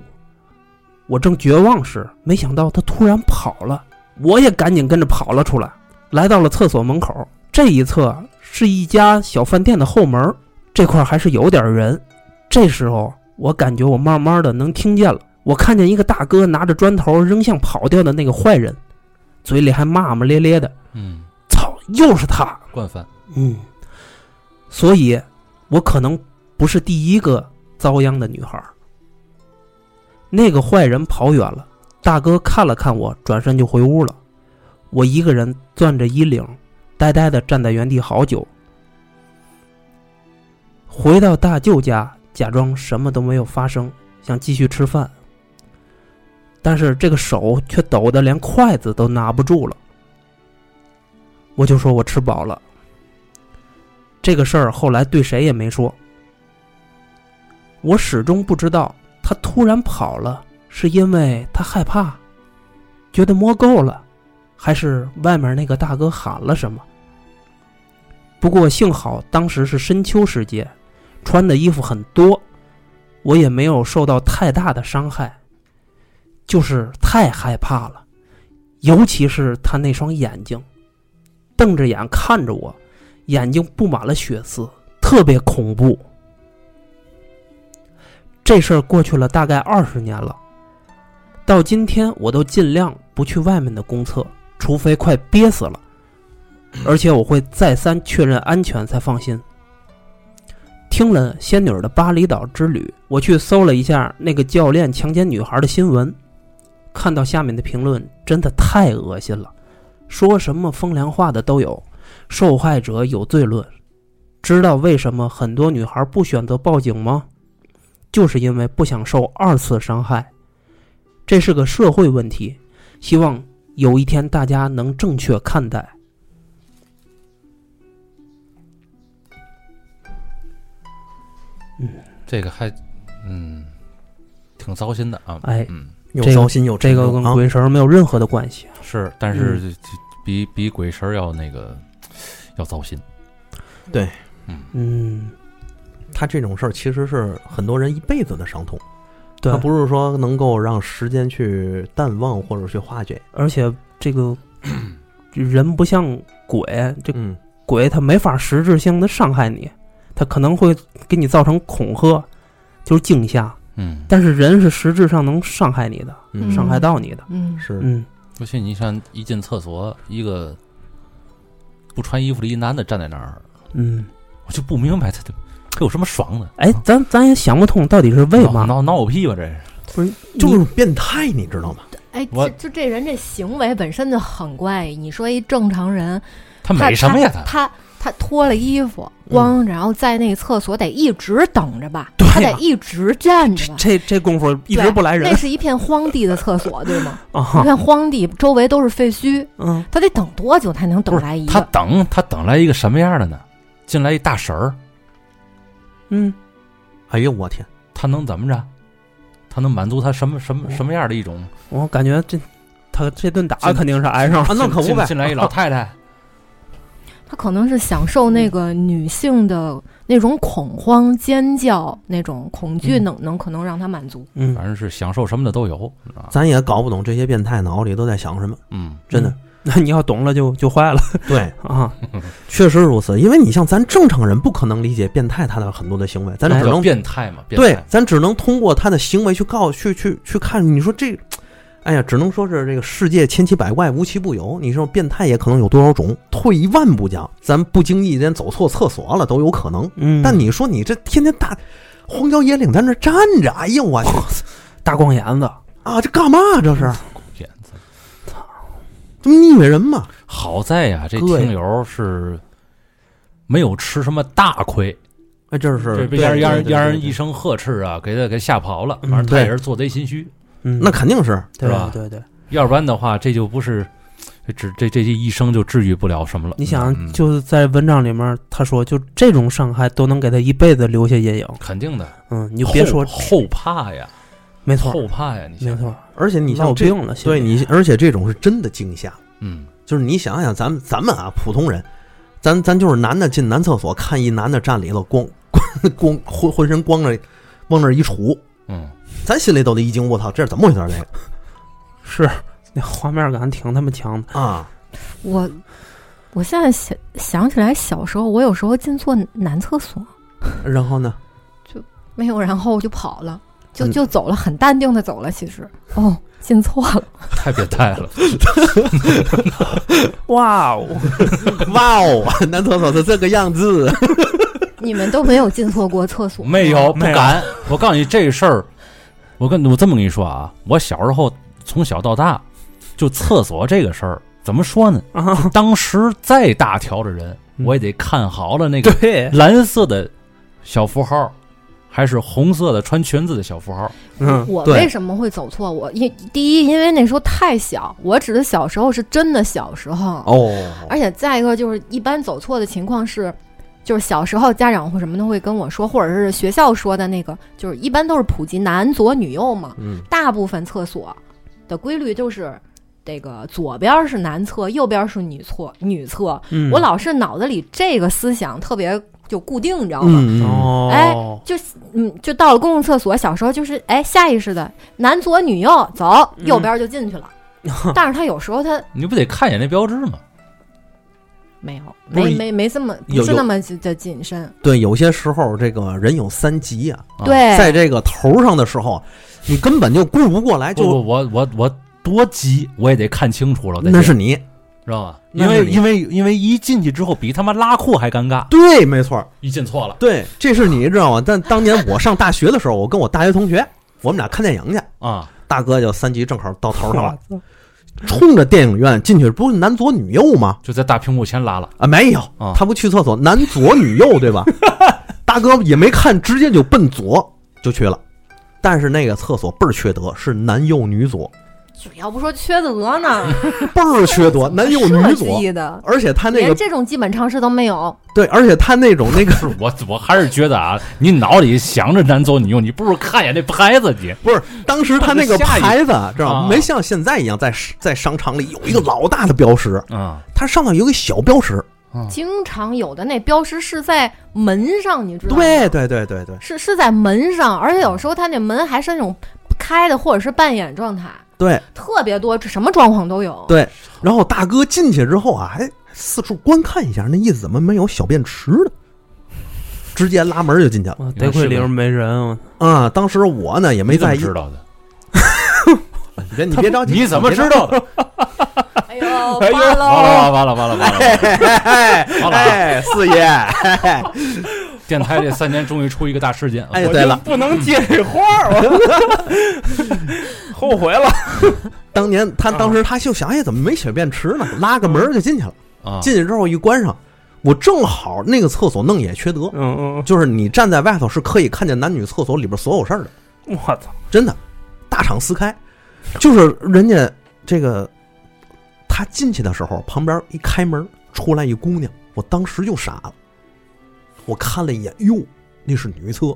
S4: 我正绝望时，没想到他突然跑了，我也赶紧跟着跑了出来，来到了厕所门口。这一侧是一家小饭店的后门儿，这块儿还是有点人。这时候，我感觉我慢慢的能听见了，我看见一个大哥拿着砖头扔向跑掉的那个坏人，嘴里还骂骂咧咧的
S1: 嗯，：“
S4: 操，又是他！”
S1: 惯犯，
S4: 嗯，所以，我可能不是第一个遭殃的女孩儿。那个坏人跑远了，大哥看了看我，转身就回屋了。我一个人攥着衣领，呆呆的站在原地好久。回到大舅家，假装什么都没有发生，想继续吃饭，但是这个手却抖得连筷子都拿不住了。我就说我吃饱了。这个事儿后来对谁也没说。我始终不知道他突然跑了，是因为他害怕，觉得摸够了，还是外面那个大哥喊了什么。不过幸好当时是深秋时节，穿的衣服很多，我也没有受到太大的伤害，就是太害怕了，尤其是他那双眼睛，瞪着眼看着我，眼睛布满了血丝，特别恐怖。这事儿过去了大概二十年了，到今天我都尽量不去外面的公厕，除非快憋死了，而且我会再三确认安全才放心。听了仙女儿的巴厘岛之旅，我去搜了一下那个教练强奸女孩的新闻，看到下面的评论真的太恶心了，说什么风凉话的都有。受害者有罪论。知道为什么很多女孩不选择报警吗？就是因为不想受二次伤害。这是个社会问题，希望有一天大家能正确看待。
S1: 这个还，嗯，挺糟心的啊。
S4: 哎
S1: 嗯，
S2: 又
S4: 这个
S2: 糟心又
S4: 这
S2: 沉
S4: 个
S2: 重
S4: 跟
S2: 啊！
S4: 鬼神没有任何的关系。
S1: 是，但是这这比比鬼神儿要那个要糟心。
S4: 嗯，
S2: 他这种事儿其实是很多人一辈子的伤痛，
S4: 对
S2: 他，不是说能够让时间去淡忘或者去化解。
S4: 而且这个 人不像鬼，这
S2: 嗯，
S4: 鬼它没法实质性的伤害你，它可能会给你造成恐吓，就是惊吓。
S1: 嗯，
S4: 但是人是实质上能伤害你的，
S2: 嗯
S4: 伤害到你的。
S3: 嗯，
S2: 是
S4: 嗯，
S1: 尤其你像一进厕所，一个不穿衣服的一男的站在那儿，
S4: 嗯，
S1: 我就不明白他他有什么爽的。
S4: 哎，咱咱也想不通到底是为
S1: 闹
S4: 嘛？
S1: 闹闹我屁吧？这是
S4: 不是，
S2: 就是变态，你知道吗？
S3: 哎，
S1: 我
S3: 这就这人这行为本身就很怪异。你说一正常人，
S1: 他没什么呀，他
S3: 他他脱了衣服，光着，然后在那个厕所得一直等着吧，
S4: 对呀
S3: 他得一直站着吧。
S4: 这这功夫一直
S3: 对
S4: 不来人
S3: 那是一片荒地的厕所，对 吗？一
S4: 啊，
S3: 片荒地，周围都是废墟，
S4: 嗯，
S3: 他得等多久才能等
S1: 不
S3: 来一
S1: 他
S3: 个？
S1: 等他等来一个什么样的呢？进来一大婶儿，
S4: 嗯，
S2: 哎呦我天！
S1: 他能怎么着？他能满足他什么什么什么样的一种？
S4: 我感觉这他这顿打
S1: 这
S4: 肯定是挨上了。
S2: 啊，那可不
S1: 进
S2: 呗！
S1: 进来一老太太，
S3: 他可能是享受那个女性的那种恐慌、尖叫、那种恐惧，
S4: 嗯
S3: 能能可能让他满足。
S4: 嗯
S1: 反，正是享受什么的都有啊。
S2: 咱也搞不懂这些变态脑里都在想什么，
S1: 嗯，
S2: 真的。
S4: 那你要懂了就就坏了
S2: 对，
S4: 啊。
S2: 确实如此，因为你像咱正常人不可能理解变态他的很多的行为，咱
S4: 哎
S2: 只
S1: 叫
S2: 能
S1: 变态嘛，变
S2: 对
S1: 态，。
S2: 咱只能通过他的行为去告去去去看。你说这，哎呀，只能说是这个世界千奇百怪，无奇不有。你说变态也可能有多少种？退一万步讲，咱不经意间走错厕所了都有可能。
S4: 嗯，
S2: 但你说你这天天大荒郊野岭在那儿站着，哎呀我去
S4: 大光眼子，
S2: 啊，这干嘛啊这是？
S1: 骗子
S2: 这不腻歪人吗？
S1: 好在呀，这
S2: 对
S1: 听友是没有吃什么大亏，
S2: 哎，这
S1: 这
S2: 是
S1: 被让让让人一
S2: 生，
S1: 声呵斥啊，给他给吓跑了。
S4: 嗯
S1: 反正他也
S2: 对
S1: 是做贼心虚，
S4: 嗯，
S2: 那肯定是
S4: 对
S1: 是吧
S4: 对对，
S1: 要不然的话，这就不是这只这这这一生就治愈不了什么了。
S4: 你想，
S1: 嗯
S4: 就是在文章里面他说，就这种伤害都能给他一辈子留下阴影。
S1: 肯定的，
S4: 嗯，你就别说，
S1: 后怕呀，
S4: 没错，
S1: 后怕呀，你
S4: 没
S1: 想，
S4: 错，
S2: 而且你
S4: 闹
S2: 像这，
S4: 病了，现在
S2: 对你，而且这种是真的惊吓，
S1: 嗯，
S2: 就是你想想，咱们咱们啊，普通人，咱咱就是男的进男厕所，看一男的站里头光 光浑浑身光着，往那儿一杵，
S1: 嗯，
S2: 咱心里都得一惊，我操，这是怎么回事儿？这个
S4: 是那画面感挺他妈强的。
S2: 啊，
S3: 我我现在想想起来，小时候我有时候进错男厕所，
S2: 然后 呢，
S3: 没有，然后我就跑了，就
S2: 嗯
S3: 就走了，很淡定的走了。其实，哦，进错了，
S1: 太变态了，
S4: 哇哦，
S2: 哇哦， 男厕所是这个样子，
S3: 你们都没有进错过厕所，
S1: 没有，不
S4: 没有
S1: 敢。 我告诉你这事儿，我跟我这么跟你说啊，我小时候从小到大，就厕所这个事儿，怎么说呢？
S4: 啊，
S1: 当时再大条的人，
S4: 嗯
S1: 我也得看好了那个
S4: 对，
S1: 蓝色的小符号，还是红色的穿裙子的小符号。
S4: 嗯，
S3: 我
S2: 对
S3: 为什么会走错？我因第一，因为那时候太小，我指的小时候是真的小时候，
S2: 哦，
S3: 而且再一个就是一般走错的情况是，就是小时候家长或什么的会跟我说，或者是学校说的那个，就是一般都是普及男左女右嘛，
S2: 嗯，
S3: 大部分厕所的规律就是。这个左边是男厕，右边是女厕。女厕，
S4: 嗯
S3: 我老是脑子里这个思想特别就固定，你知道吗？
S2: 嗯，哦，
S4: 哦，
S3: 哎嗯，就到了公共厕所，小时候就是哎，下意识的男左女右走，
S4: 嗯
S3: 右边就进 去了。但是他有时候他
S1: 你不得看一眼那标志吗？
S3: 没有，
S2: 不是
S3: 没没没这么不
S2: 有
S3: 是
S2: 有啊
S3: 那么的谨慎。
S2: 对，有些时候这个人有三急啊，
S1: 啊
S3: 对，
S2: 在这个头上的时候，你根本就顾不过来，
S1: 不
S2: 就
S1: 不，我我我多急，我也得看清楚了。再
S2: 那
S1: 见
S2: 是你，
S1: 知道吧？因
S2: 那是
S1: 为
S2: 你
S1: 因为因为一进去之后，比他妈拉裤还尴尬，
S2: 对，没错，
S1: 一进错了
S2: 对，这是你知道吗？但当年我上大学的时候，我跟我大学同学，我们俩看电影去，
S1: 啊！
S2: 大哥就三级正好到头上了，
S4: 我操
S2: 冲着电影院进去，不是男左女右吗？
S1: 就在大屏幕前拉了，
S2: 啊，没有
S1: 啊，
S2: 他不去厕所，男左女右对 吧？大哥也没看，直接就奔左就去了。但是那个厕所倍儿缺德，是男右女左，
S3: 要不说缺德呢，
S2: 倍儿缺德， 男右女
S3: 设
S2: 左，
S3: 计的，
S2: 而且他那
S3: 连
S2: 个
S3: 这种基本常识都没有。
S2: 对，而且他那种那 个
S1: 不是 我，我还是觉得啊，你脑里想着男左女右，你不如看一眼那牌子，你
S2: 不是，当时他那个牌子知道吗
S1: 啊
S2: 没像现在一样，在在商场里有一个老大的标识，
S1: 啊，
S2: 它上面有一个小标识。
S3: 经常有的那标识是在门上，你知道吗？
S1: 啊
S2: 对对对对对
S3: 是是在门上，而且有时候他那门还是那种开的，或者是半掩状态，
S2: 对
S3: 特别多，什么状况都有。
S2: 对。然后大哥进去之后啊，还四处观看一下，那意思怎么没有小便池呢？直接拉门就进去了
S4: 哇得亏里边没人，我
S2: 啊！当时我呢也没
S1: 你怎么
S2: 在意，
S1: 知道的？
S2: 别你别着急，
S1: 你怎么
S2: 别
S1: 知
S2: 着
S1: 道 的？
S3: 哎呦，
S1: 哎呦，
S3: 完喽！
S1: 完了完了完了完了完了！完
S2: 急？
S1: 了啊！
S2: 哎，四爷，
S1: 电台这三年终于出一个大事件，
S2: 哎，
S1: 我
S2: 对了，
S4: 不能接这话，我 后悔了。
S2: 当年他当时他就想，哎，怎么没小便池
S1: 嗯
S2: 呢？拉个门就进去了。
S1: 啊，
S2: 进去之后一关上，我正好那个厕所弄也缺德，
S4: 嗯
S2: 就是你站在外头是可以看见男女厕所里边所有事儿的，
S4: 嗯，我操，
S2: 真的，大敞四开，就是人家这个他进去的时候，旁边一开门出来一姑娘，我当时就傻了，我看了一眼，哟，那是女厕，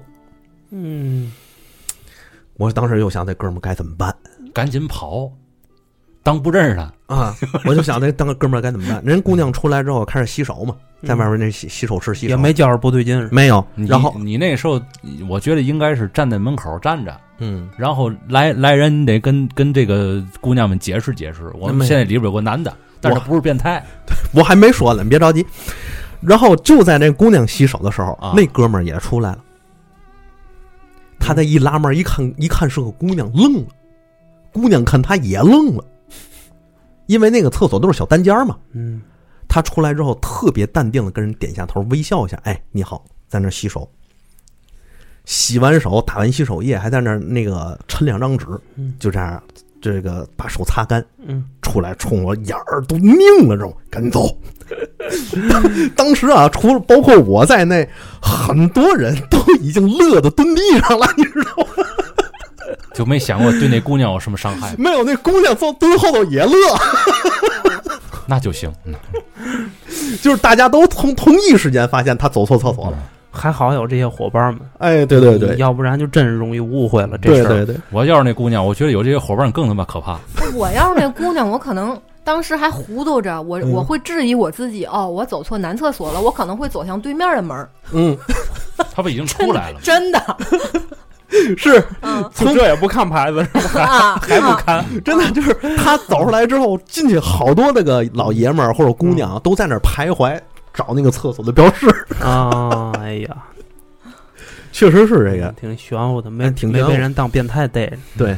S4: 嗯，
S2: 我当时就想这哥们儿该怎么办
S1: 赶紧跑，当不认识他。
S2: 啊，我就想这当哥们儿该怎么办，人姑娘出来之后开始洗手嘛，在外面那洗洗手池洗手
S4: 也没觉着不对劲，
S2: 没有，
S1: 你
S2: 然后
S1: 你那时候，我觉得应该是站在门口站着，
S2: 嗯。
S1: 然后来来人，你得跟跟这个姑娘们解释解释，我
S2: 没
S1: 们
S2: 有
S1: 现在里边有个男的，但是
S2: 我
S1: 他不是变态
S2: 我还没说呢，你别着急。然后就在那姑娘洗手的时候，
S1: 啊
S2: 那哥们儿也出来了。他这一拉门一看，一看是个姑娘，愣了。姑娘看他也愣了，因为那个厕所都是小单间儿嘛。
S4: 嗯，
S2: 他出来之后特别淡定的跟人点一下头，微笑一下，哎，你好，在那儿洗手。洗完手，打完洗手液，还在那儿那个抻两张纸
S4: 嗯，
S2: 就这样，这个把手擦干，
S4: 嗯，
S2: 出来冲我眼儿都拧了，这种赶紧走。 当时啊，除了包括我在内，很多人都已经乐得蹲地上了，你知道吗？
S1: 就没想过对那姑娘有什么伤 害，
S2: 没有那姑娘坐蹲后头也乐，
S1: 那就行。嗯
S2: 就是大家都同同一时间发现他走错厕所了。
S4: 还好有这些伙伴们，
S2: 哎，对对对，
S4: 要不然就真容易误会了这
S2: 对
S4: 事儿。
S2: 对对，
S1: 我要是那姑娘，我觉得有这些伙伴更他妈可怕。
S3: 我要是那姑娘，我可能当时还糊涂着，我
S2: 嗯
S3: 我会质疑我自己，哦，我走错男厕所了，我可能会走向对面的门儿，
S2: 嗯，
S1: 他不已经出来了吗？
S3: 真的，
S2: 是
S3: 嗯
S4: 从这也不看牌子，是吧
S3: 啊，
S4: 还不看，
S2: 真的，就是他走出来之后，进去好多那个老爷们儿或者姑娘啊都在那儿徘徊找那个厕所的标识，
S4: 啊，哎呀，
S2: 确实是这个。
S4: 挺玄乎的，没
S2: 哎挺
S4: 没
S2: 玄乎
S4: 被人当变态逮着。
S2: 对，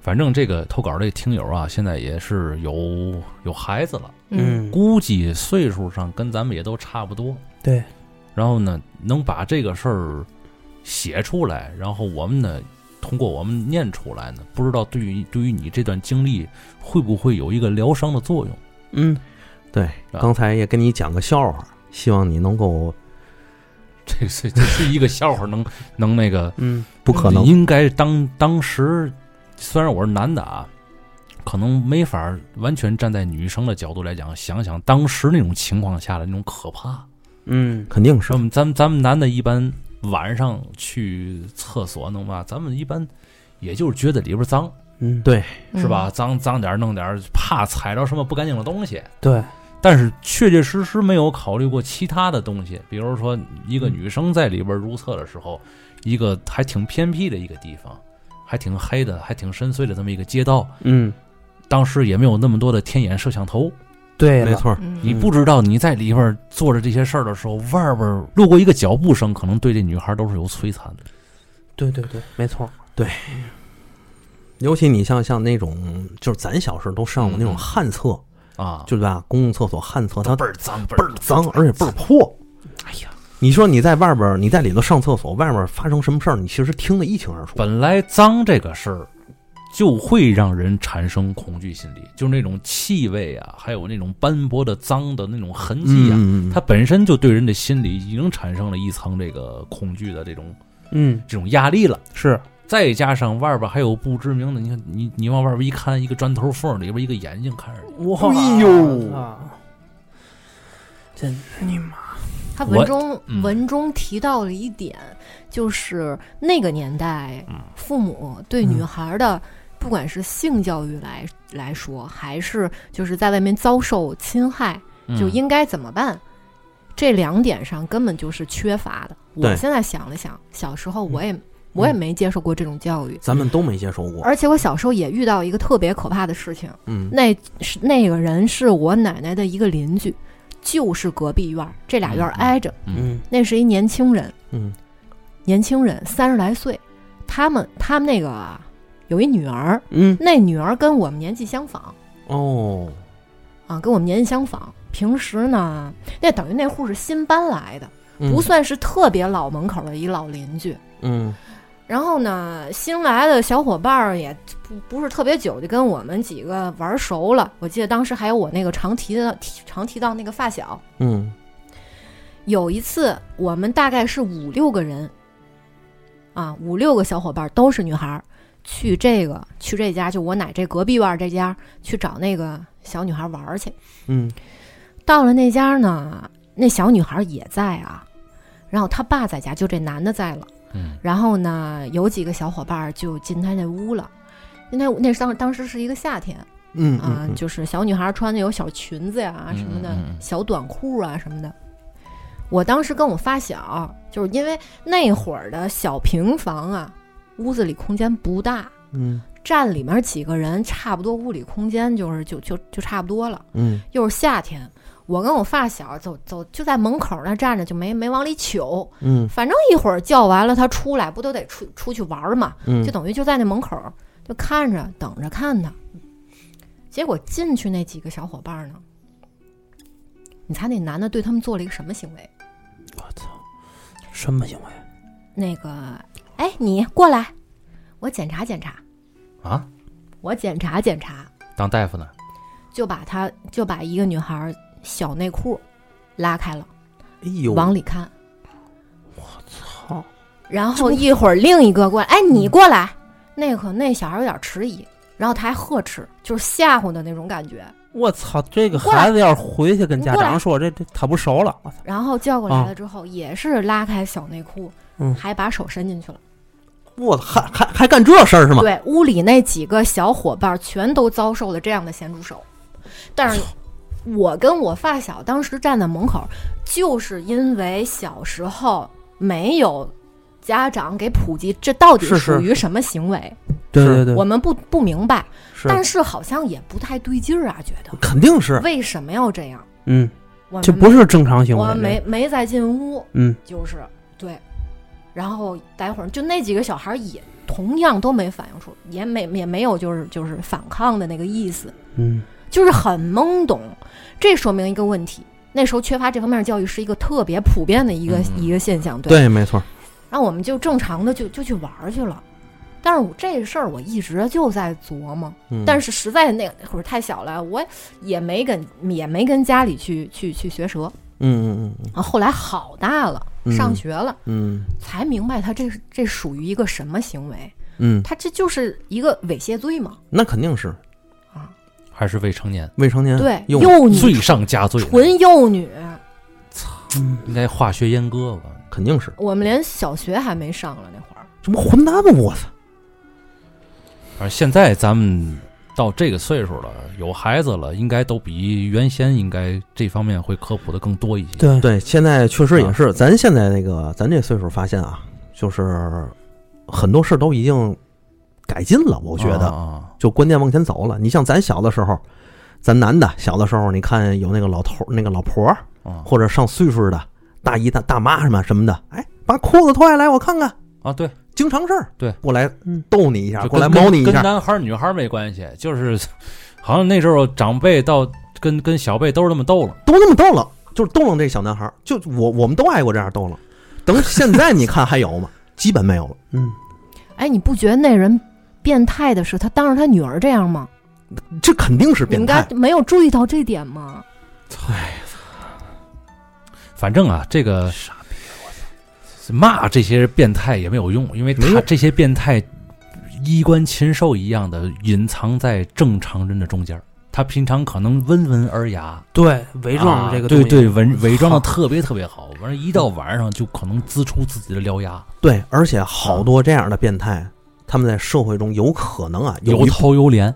S1: 反正这个投稿这听友啊，现在也是有有孩子了，
S3: 嗯，
S1: 估计岁数上跟咱们也都差不多。
S4: 对，
S1: 然后呢，能把这个事儿写出来，然后我们呢，通过我们念出来呢，不知道对于对于你这段经历会不会有一个疗伤的作用？
S4: 嗯，
S2: 刚才也跟你讲个笑话，希望你能够
S1: 这是这是一个笑话，能能那个
S4: 嗯
S2: 不可能，
S1: 应该当当时，虽然我是男的啊，可能没法儿完全站在女生的角度来讲，想想当时那种情况下的那种可怕。
S4: 嗯
S2: 肯定是
S1: 我们咱们咱们男的一般晚上去厕所弄吧，咱们一般也就是觉得里边脏
S4: 嗯，
S2: 对
S3: 嗯
S1: 是吧？？脏脏点儿弄点儿，怕踩着什么不干净的东西。
S4: 对，
S1: 但是确确实实没有考虑过其他的东西，比如说一个女生在里边如厕的时候，一个还挺偏僻的一个地方，还挺黑的，还挺深邃的这么一个街道，
S4: 嗯
S1: 当时也没有那么多的天眼摄像头，
S4: 对
S2: 没
S4: 了，
S2: 错，
S1: 你
S3: 嗯，
S1: 不知道你在里边做着这些事儿的时候，外边路过一个脚步声，可能对这女孩都是有摧残的。
S4: 对对对，没错，
S2: 尤其你像像那种，就是咱小时候都上过那种
S1: 嗯
S2: 旱厕，
S1: 啊，
S2: 就是吧？公共厕所旱厕，它
S1: 倍儿脏，倍
S2: 倍儿脏，而且倍儿破。
S1: 哎呀，
S2: 你说你在外边儿，你在里头上厕所，外边儿发生什么事儿，你其实听得一清二楚。
S1: 本来脏这个事儿，就会让人产生恐惧心理，就是那种气味啊，还有那种斑驳的脏的那种痕迹啊，
S2: 嗯，
S1: 它本身就对人的心理已经产生了一层这个恐惧的这种
S4: 嗯
S1: 这种压力了。
S4: 是，
S1: 再加上外边还有不知名的，你看你你往外边一看，一个砖头缝里边一个眼睛看着你，
S4: 哇
S2: 哎呦
S4: 啊真你妈，
S3: 他
S1: 我
S3: 文中、
S1: 嗯
S3: 文中提到了一点，就是那个年代，父母对女孩的，不管是性教育来来说，还是就是在外面遭受侵害，
S1: 嗯
S3: 就应该怎么办，这两点上根本就是缺乏的。我
S2: 对
S3: 现在想了想，小时候我也、我也没接受过这种教育。
S2: 咱们都没接受过。
S3: 而且我小时候也遇到一个特别可怕的事情，
S2: 嗯，
S3: 那是那个人是我奶奶的一个邻居，就是隔壁院儿，这俩院儿
S1: 嗯嗯
S3: 挨着。
S4: 嗯
S3: 那是一年轻人，
S2: 嗯，
S3: 年轻人三十来岁，他们他们那个啊有一女儿，
S4: 嗯
S3: 那女儿跟我们年纪相仿
S2: 哦，
S3: 啊，跟我们年纪相仿。平时呢，那等于那户是新搬来的，
S2: 嗯
S3: 不算是特别老门口的一老邻居。
S2: 嗯
S3: 然后呢，新来的小伙伴儿也不不是特别久，就跟我们几个玩熟了。我记得当时还有我那个常提的提常提到那个发小，
S2: 嗯
S3: 有一次，我们大概是五六个人，啊，五六个小伙伴都是女孩儿，去这个去这家，就我奶这隔壁院儿这家去找那个小女孩玩儿去。
S2: 嗯，
S3: 到了那家呢，那小女孩也在啊，然后她爸在家，就这男的在了。
S1: 嗯
S3: 然后呢，有几个小伙伴就进她那屋了。那那当当时是一个夏天
S2: 嗯
S3: 啊，
S2: 嗯，
S3: 就是小女孩穿的有小裙子呀什么的，
S1: 嗯嗯嗯
S3: 小短裤啊什么的。我当时跟我发小，就是因为那会儿的小平房啊，屋子里空间不大，
S2: 嗯
S3: 站里面几个人，差不多屋里空间就是就就就差不多了。
S2: 嗯
S3: 又是夏天，我跟我发小走走就在门口那站着，就没没往里取。
S2: 嗯
S3: 反正一会儿叫完了他出来，不都得出出去玩儿嘛？
S2: 嗯，
S3: 就等于就在那门口儿就看着等着看他。结果进去那几个小伙伴儿呢，你猜那男的对他们做了一个什么行为？
S4: 我操，什么行为？
S3: 那个，哎，你过来，我检查检查，
S1: 啊，
S3: 我检查检查，
S1: 当大夫呢，
S3: 就把他就把一个女孩儿小内裤拉开了，
S2: 哎呦，
S3: 往里看。
S4: 操，
S3: 然后一会儿另一个过来，哎，你过来。那可那小孩有点迟疑，然后他还呵斥，就是吓唬的那种感觉。
S4: 我操，这个孩子要是回去跟家长说这这他不熟了，我操，
S3: 然后叫过来了之后，也是拉开小内裤，
S4: 嗯
S3: 还把手伸进去了。
S2: 我还还还干这事儿是吗？
S3: 对，屋里那几个小伙伴全都遭受了这样的咸猪手，但是。我跟我发小当时站在门口，就是因为小时候没有家长给普及这到底
S4: 是是
S3: 属于什么行为，
S4: 对
S2: 是
S4: 对对，
S3: 我们不不明白，
S4: 是
S3: 但是好像也不太对劲儿啊，觉得
S2: 肯定是
S3: 为什么要这样？
S4: 嗯，
S3: 我
S4: 这
S3: 们
S4: 不是正常行为，
S3: 我没没再进屋，
S4: 嗯，
S3: 就是对，然后待会儿就那几个小孩儿也同样都没反应出，也没也没有就是就是反抗的那个意思，
S4: 嗯
S3: 就是很懵懂。这说明一个问题，那时候缺乏这方面教育是一个特别普遍的一个、
S1: 嗯
S3: 一个现象，对。
S2: 对，没错。
S3: 然后我们就正常的就就去玩儿去了。但是我这事儿我一直就在琢磨，
S2: 嗯
S3: 但是实在那会儿太小了，我也没跟也没跟家里去去去学舌。
S2: 嗯嗯
S3: 啊，后来好大了，
S2: 嗯
S3: 上学了。
S2: 嗯
S3: 才明白他这是这属于一个什么行为，
S2: 嗯嗯，
S3: 他这就是一个猥亵罪嘛，
S2: 那肯定是
S1: 还是未成年，
S2: 未成年
S3: 对，
S2: 用
S3: 幼
S1: 罪
S3: 女，
S1: 上加罪，
S3: 纯幼女，
S4: 嗯，
S1: 应该化学阉割吧？
S2: 肯定是
S3: 我们连小学还没上了那会儿，
S2: 什么混蛋吧！我操，
S1: 反正现在咱们到这个岁数了，有孩子了，应该都比原先应该这方面会科普的更多一些。
S4: 对，
S2: 对，现在确实也是，咱现在那个咱这岁数发现啊，就是很多事儿都已经改进了，我
S1: 我
S2: 觉得。
S1: 啊，
S2: 就观念往前走了。你像咱小的时候，咱男的小的时候，你看有那个老头儿、那个老婆儿，
S1: 啊
S2: 或者上岁数的大姨、大大妈什么什么的，哎，把裤子脱下来我看看，
S1: 啊，对，
S2: 经常事儿。
S1: 对
S2: 过来
S4: 嗯
S2: 逗你一下，
S1: 就
S2: 过来
S1: 跟
S2: 猫你一
S1: 跟
S2: 下。
S1: 男孩儿女孩儿没关系，就是 好像那时候长辈到跟跟小辈都是那么逗了。
S2: 都那么逗了，就是逗弄这小男孩儿，就我我们都挨过这样逗弄。等现在你看还有吗？ 基本没有了。
S4: 嗯，
S3: 哎，你不觉得那人变态的是他当着他女儿这样吗？
S2: 这肯定是
S3: 你
S2: 变
S3: 们该
S2: 态。
S3: 没有注意到这点吗？
S1: 反正啊，这个
S4: 傻
S1: 骂这些变态也没有用，因为
S2: 没
S1: 他
S2: 用
S1: 这些变态衣冠禽兽一样的隐藏在正常人的中间儿。他平常可能温文尔雅，
S4: 对，伪装
S1: 啊
S4: 这个
S1: 对
S4: 东西
S1: 对伪伪装的特别特别好，完了，一到晚上就可能滋出自己的獠牙，
S2: 对，而且好多这样的变态，他们在社会中有可能啊，有
S1: 有
S2: 一
S1: 头有脸。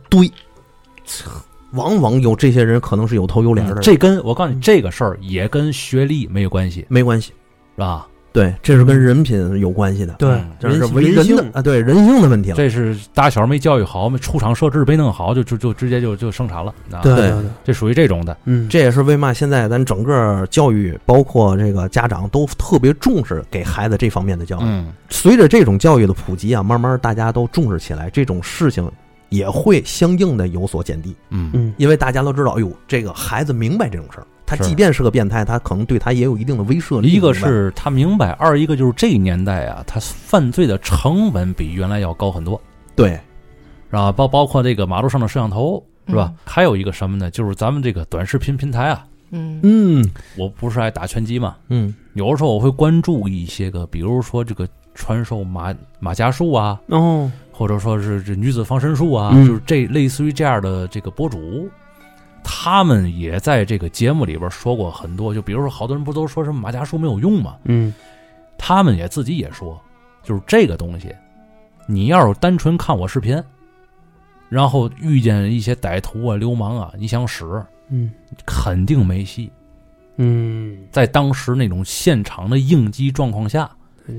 S2: 往往有这些人可能是有头有脸的人，
S1: 嗯这跟我告诉你，这个事儿也跟学历没有关系，
S2: 没关系。
S1: 是吧？
S2: 对，这是跟人品有关系的，
S4: 对
S1: 嗯，
S2: 这是
S4: 人
S2: 为
S4: 人
S2: 人
S4: 性
S2: 的啊，对人性的问题了。
S1: 这是打小没教育好，没出厂设置没弄好，就就就直接就就生产了。啊
S4: 对
S2: 对
S4: 对，
S1: 这属于这种的。
S4: 嗯，
S2: 这也是为嘛现在咱整个教育，包括这个家长都特别重视给孩子这方面的教育。
S1: 嗯，
S2: 随着这种教育的普及啊，慢慢大家都重视起来，这种事情也会相应的有所减低，
S1: 嗯，
S4: 嗯
S2: 因为大家都知道，哎呦，这个孩子明白这种事儿，他
S1: 是
S2: 即便是个变态，他可能对他也有一定的威慑力。
S1: 一个
S2: 明白
S1: 是他明白，二一个就是这一年代啊，他犯罪的成本比原来要高很多，
S2: 对，
S1: 是吧？包包括这个马路上的摄像头，是吧
S3: 嗯？
S1: 还有一个什么呢？就是咱们这个短视频平台啊，
S3: 嗯，
S2: 嗯
S1: 我不是爱打拳击嘛，
S2: 嗯
S1: 有的时候我会关注一些个，比如说这个传授马马家术啊，
S4: 哦，
S1: 或者说是这女子防身术啊，
S4: 嗯
S1: 就是这类似于这样的这个博主，他们也在这个节目里边说过很多。就比如说，好多人不都说什么马家术没有用嘛，
S4: 嗯
S1: 他们也自己也说，就是这个东西，你要是单纯看我视频，然后遇见一些歹徒啊、流氓啊，你想使
S4: 嗯
S1: 肯定没戏。
S4: 嗯，
S1: 在当时那种现场的应激状况下，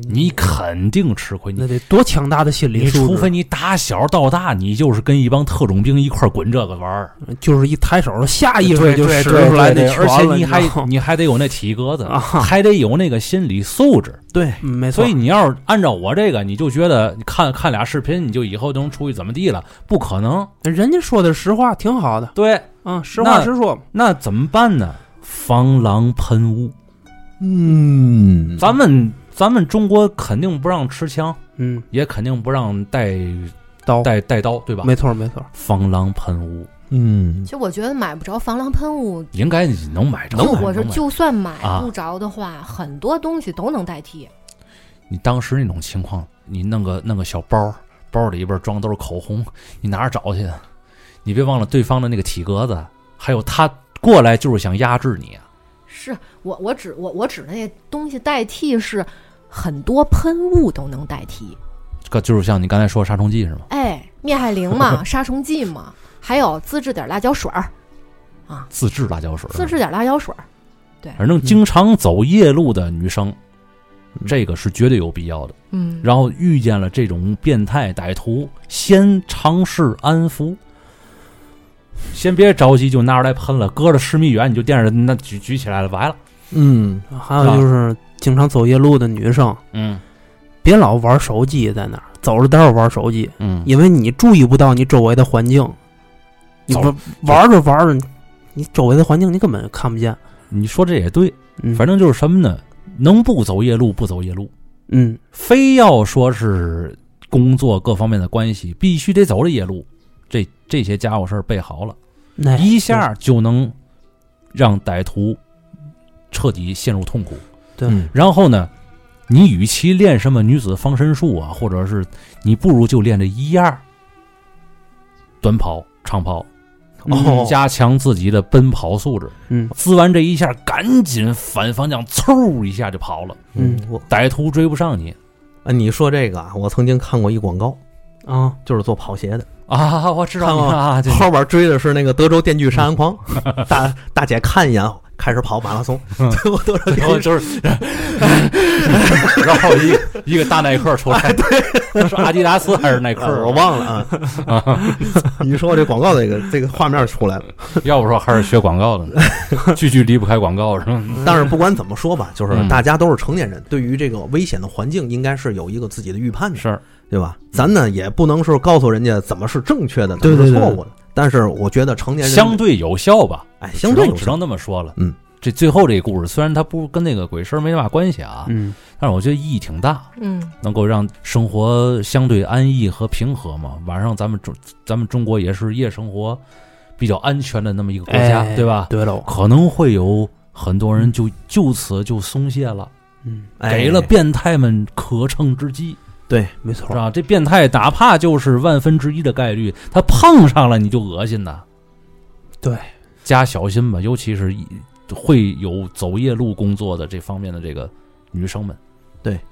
S1: 你肯定吃亏。你
S4: 那得多强大的心理
S1: 你
S4: 素质，
S1: 除非你打小到大，你就是跟一帮特种兵一块儿滚这个玩儿，
S4: 就是哎一抬手，下意识
S1: 对
S4: 就
S1: 对
S4: 使
S1: 对
S4: 出来
S1: 对
S4: 那
S1: 对
S4: 拳
S1: 而且
S4: 了
S1: 你
S4: 你
S1: 还
S4: 知道吗
S1: 你还得有那体格子，
S4: 啊
S1: 还得有那个心理素质。
S2: 对，
S4: 嗯没错，
S1: 所以你要是按照我这个，你就觉得你看看俩视频，你就以后就能出去怎么地了？不可能。
S4: 人家说的实话挺好的
S1: 对，
S4: 啊，实话
S1: 那
S4: 实说嘛，
S1: 那怎么办呢？防狼喷雾，
S2: 嗯，
S1: 咱们咱们中国肯定不让持枪，
S4: 嗯，
S1: 也肯定不让带
S4: 刀，
S1: 带带刀，对吧？
S4: 没错没错，
S1: 防狼喷雾
S2: 嗯
S3: 其实我觉得买不着防狼喷雾，
S1: 应该你能买着，
S2: 能
S1: 能
S2: 买
S3: 我说
S1: 买着
S3: 就算买
S1: 啊
S3: 不着的话，很多东西都能代替。
S1: 你当时那种情况，你弄个弄个小包，包里边装都是口红， 你哪儿找去啊？你别忘了对方的那个体格子，还有他过来就是想压制你啊。
S3: 是我我指我我指的那东西代替是很多喷雾都能代替，
S1: 这个就是像你刚才说的杀虫剂是吗？
S3: 哎，灭害灵嘛，杀虫剂嘛，还有自制点辣椒水儿，
S1: 自制辣椒水，
S3: 自制点辣椒水儿，
S1: 反正经常走夜路的女生，这个是绝对有必要的。
S3: 嗯，
S1: 然后遇见了这种变态歹徒，先尝试安抚，先别着急就拿出来喷了，搁了十米远你就惦着那举举起来了，完了。
S2: 嗯，
S4: 还有就是经常走夜路的女生，
S1: 嗯
S4: 别老玩手机在那儿，走着道儿玩手机，
S1: 嗯，
S4: 因为你注意不到你周围的环境，你
S1: 走
S4: 玩玩着玩着，你周围的环境你根本看不见。
S1: 你说这也对，
S4: 嗯，
S1: 反正就是什么呢？能不走夜路不走夜路，
S4: 嗯
S1: 非要说是工作各方面的关系，必须得走着夜路。这这些家伙事儿备好了，
S4: 那
S1: 一下就能让歹徒彻底陷入痛苦。
S4: 对
S2: 嗯
S1: 然后呢，你与其练什么女子防身术啊，或者是你不如就练这一样儿，短跑、长跑，
S4: 哦
S1: 加强自己的奔跑素质。
S4: 嗯
S1: 滋完这一下，赶紧反方向，嗖一下就跑了，
S4: 嗯
S2: 嗯，我
S1: 歹徒追不上你
S2: 啊，你说这个啊，我曾经看过一广告，
S4: 啊，
S2: 就是做跑鞋的，
S1: 啊！我知道
S2: 看
S1: 你
S2: 过
S1: 了 啊，这
S2: 后边追的是那个德州电锯杀人狂，
S1: 嗯
S2: 大大姐看一眼，开始跑马拉松，最后德州
S1: 然
S2: 电
S1: 嗯后
S2: 锯
S1: 就是， 然后一个一个大耐克出来，是阿迪达斯还是耐
S2: 杀人
S1: 克？
S2: 狂我忘了啊。 你说我这广告这个这个画面出来了，
S1: 要不说还是学广告的呢，句句离不开广告是吧？
S2: 但是不管怎么说吧，就是
S1: 嗯
S2: 大家都是成年人，对于这个危险的环境应该是有一个自己的预判的。
S1: 是，
S2: 对吧？咱呢也不能是告诉人家怎么是正确的，怎
S4: 对
S2: 么是
S4: 对对
S2: 错误的。但是我觉得成年人
S1: 相对有效吧，
S2: 哎相对
S1: 只
S2: 有
S1: 能只能那么说了。
S2: 嗯，
S1: 这最后这个故事虽然它不跟那个鬼事儿没大关系啊，
S4: 嗯
S1: 但是我觉得意义挺大，
S3: 嗯
S1: 能够让生活相对安逸和平和嘛。晚上咱们中咱们中国也是夜生活比较安全的那么一个国家，
S4: 哎
S1: 对吧？
S4: 对了，
S1: 可能会有很多人就就此就松懈了，
S4: 嗯，
S2: 哎
S1: 给了变态们可乘之机，
S4: 没错
S1: 是，吧？这变态哪怕就是万分之一的概率，他碰上了你就恶心呐。
S4: 对，
S1: 加小心吧，尤其是一会有走夜路工作的这方面的这个女生们。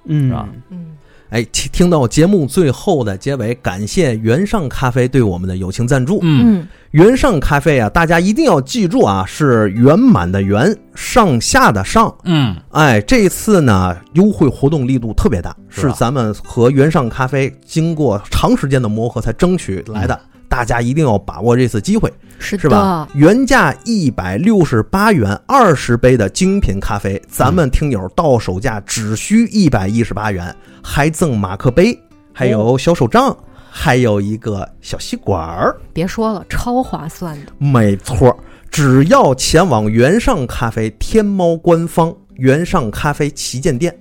S4: 嗯
S1: 是吧
S3: 嗯，
S2: 哎，听听到节目最后的结尾，感谢原上咖啡对我们的友情赞助。
S1: 嗯，
S3: 嗯，
S2: 原上咖啡啊，大家一定要记住啊，是圆满的圆，上下的上。
S1: 嗯，
S2: 哎，这次呢，优惠活动力度特别大，
S1: 是
S2: 是
S1: 吧
S2: 咱们和原上咖啡经过长时间的磨合才争取来的。
S1: 嗯
S2: 大家一定要把握这次机会。
S3: 是
S2: 是吧
S3: 的？，
S2: 原价一百六十八元二十杯的精品咖啡，咱们听友到手价只需一百一十八元，还赠马克杯，还有小手杖，还有一个小吸管儿。
S3: 别说了，超划算的。
S2: 没错，只要前往原上咖啡天猫官方原上咖啡旗舰店，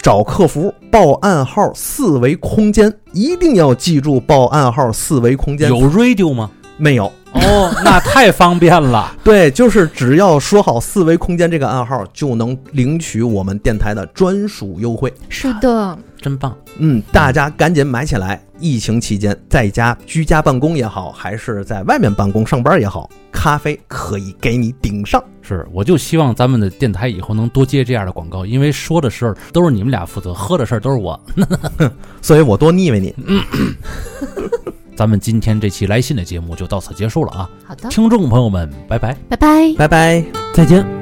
S2: 找客服报暗号“四维空间”，一定要记住报暗号“四维空间”。
S1: 有 radio 吗？
S2: 没有？
S1: 哦，那太方便了。
S2: 对，就是只要说好四维空间这个暗号，就能领取我们电台的专属优惠。
S3: 是的，
S1: 真棒！
S2: 嗯，大家赶紧买起来！疫情期间在家居家办公也好，还是在外面办公上班也好，咖啡可以给你顶上。
S1: 是，我就希望咱们的电台以后能多接这样的广告，因为说的事儿都是你们俩负责，喝的事儿都是我。
S2: 所以我多腻歪你。
S1: 咱们今天这期来信的节目就到此结束了啊，
S3: 好的，
S1: 听众朋友们，拜拜。
S3: 拜拜。
S2: 拜拜。
S4: 再见。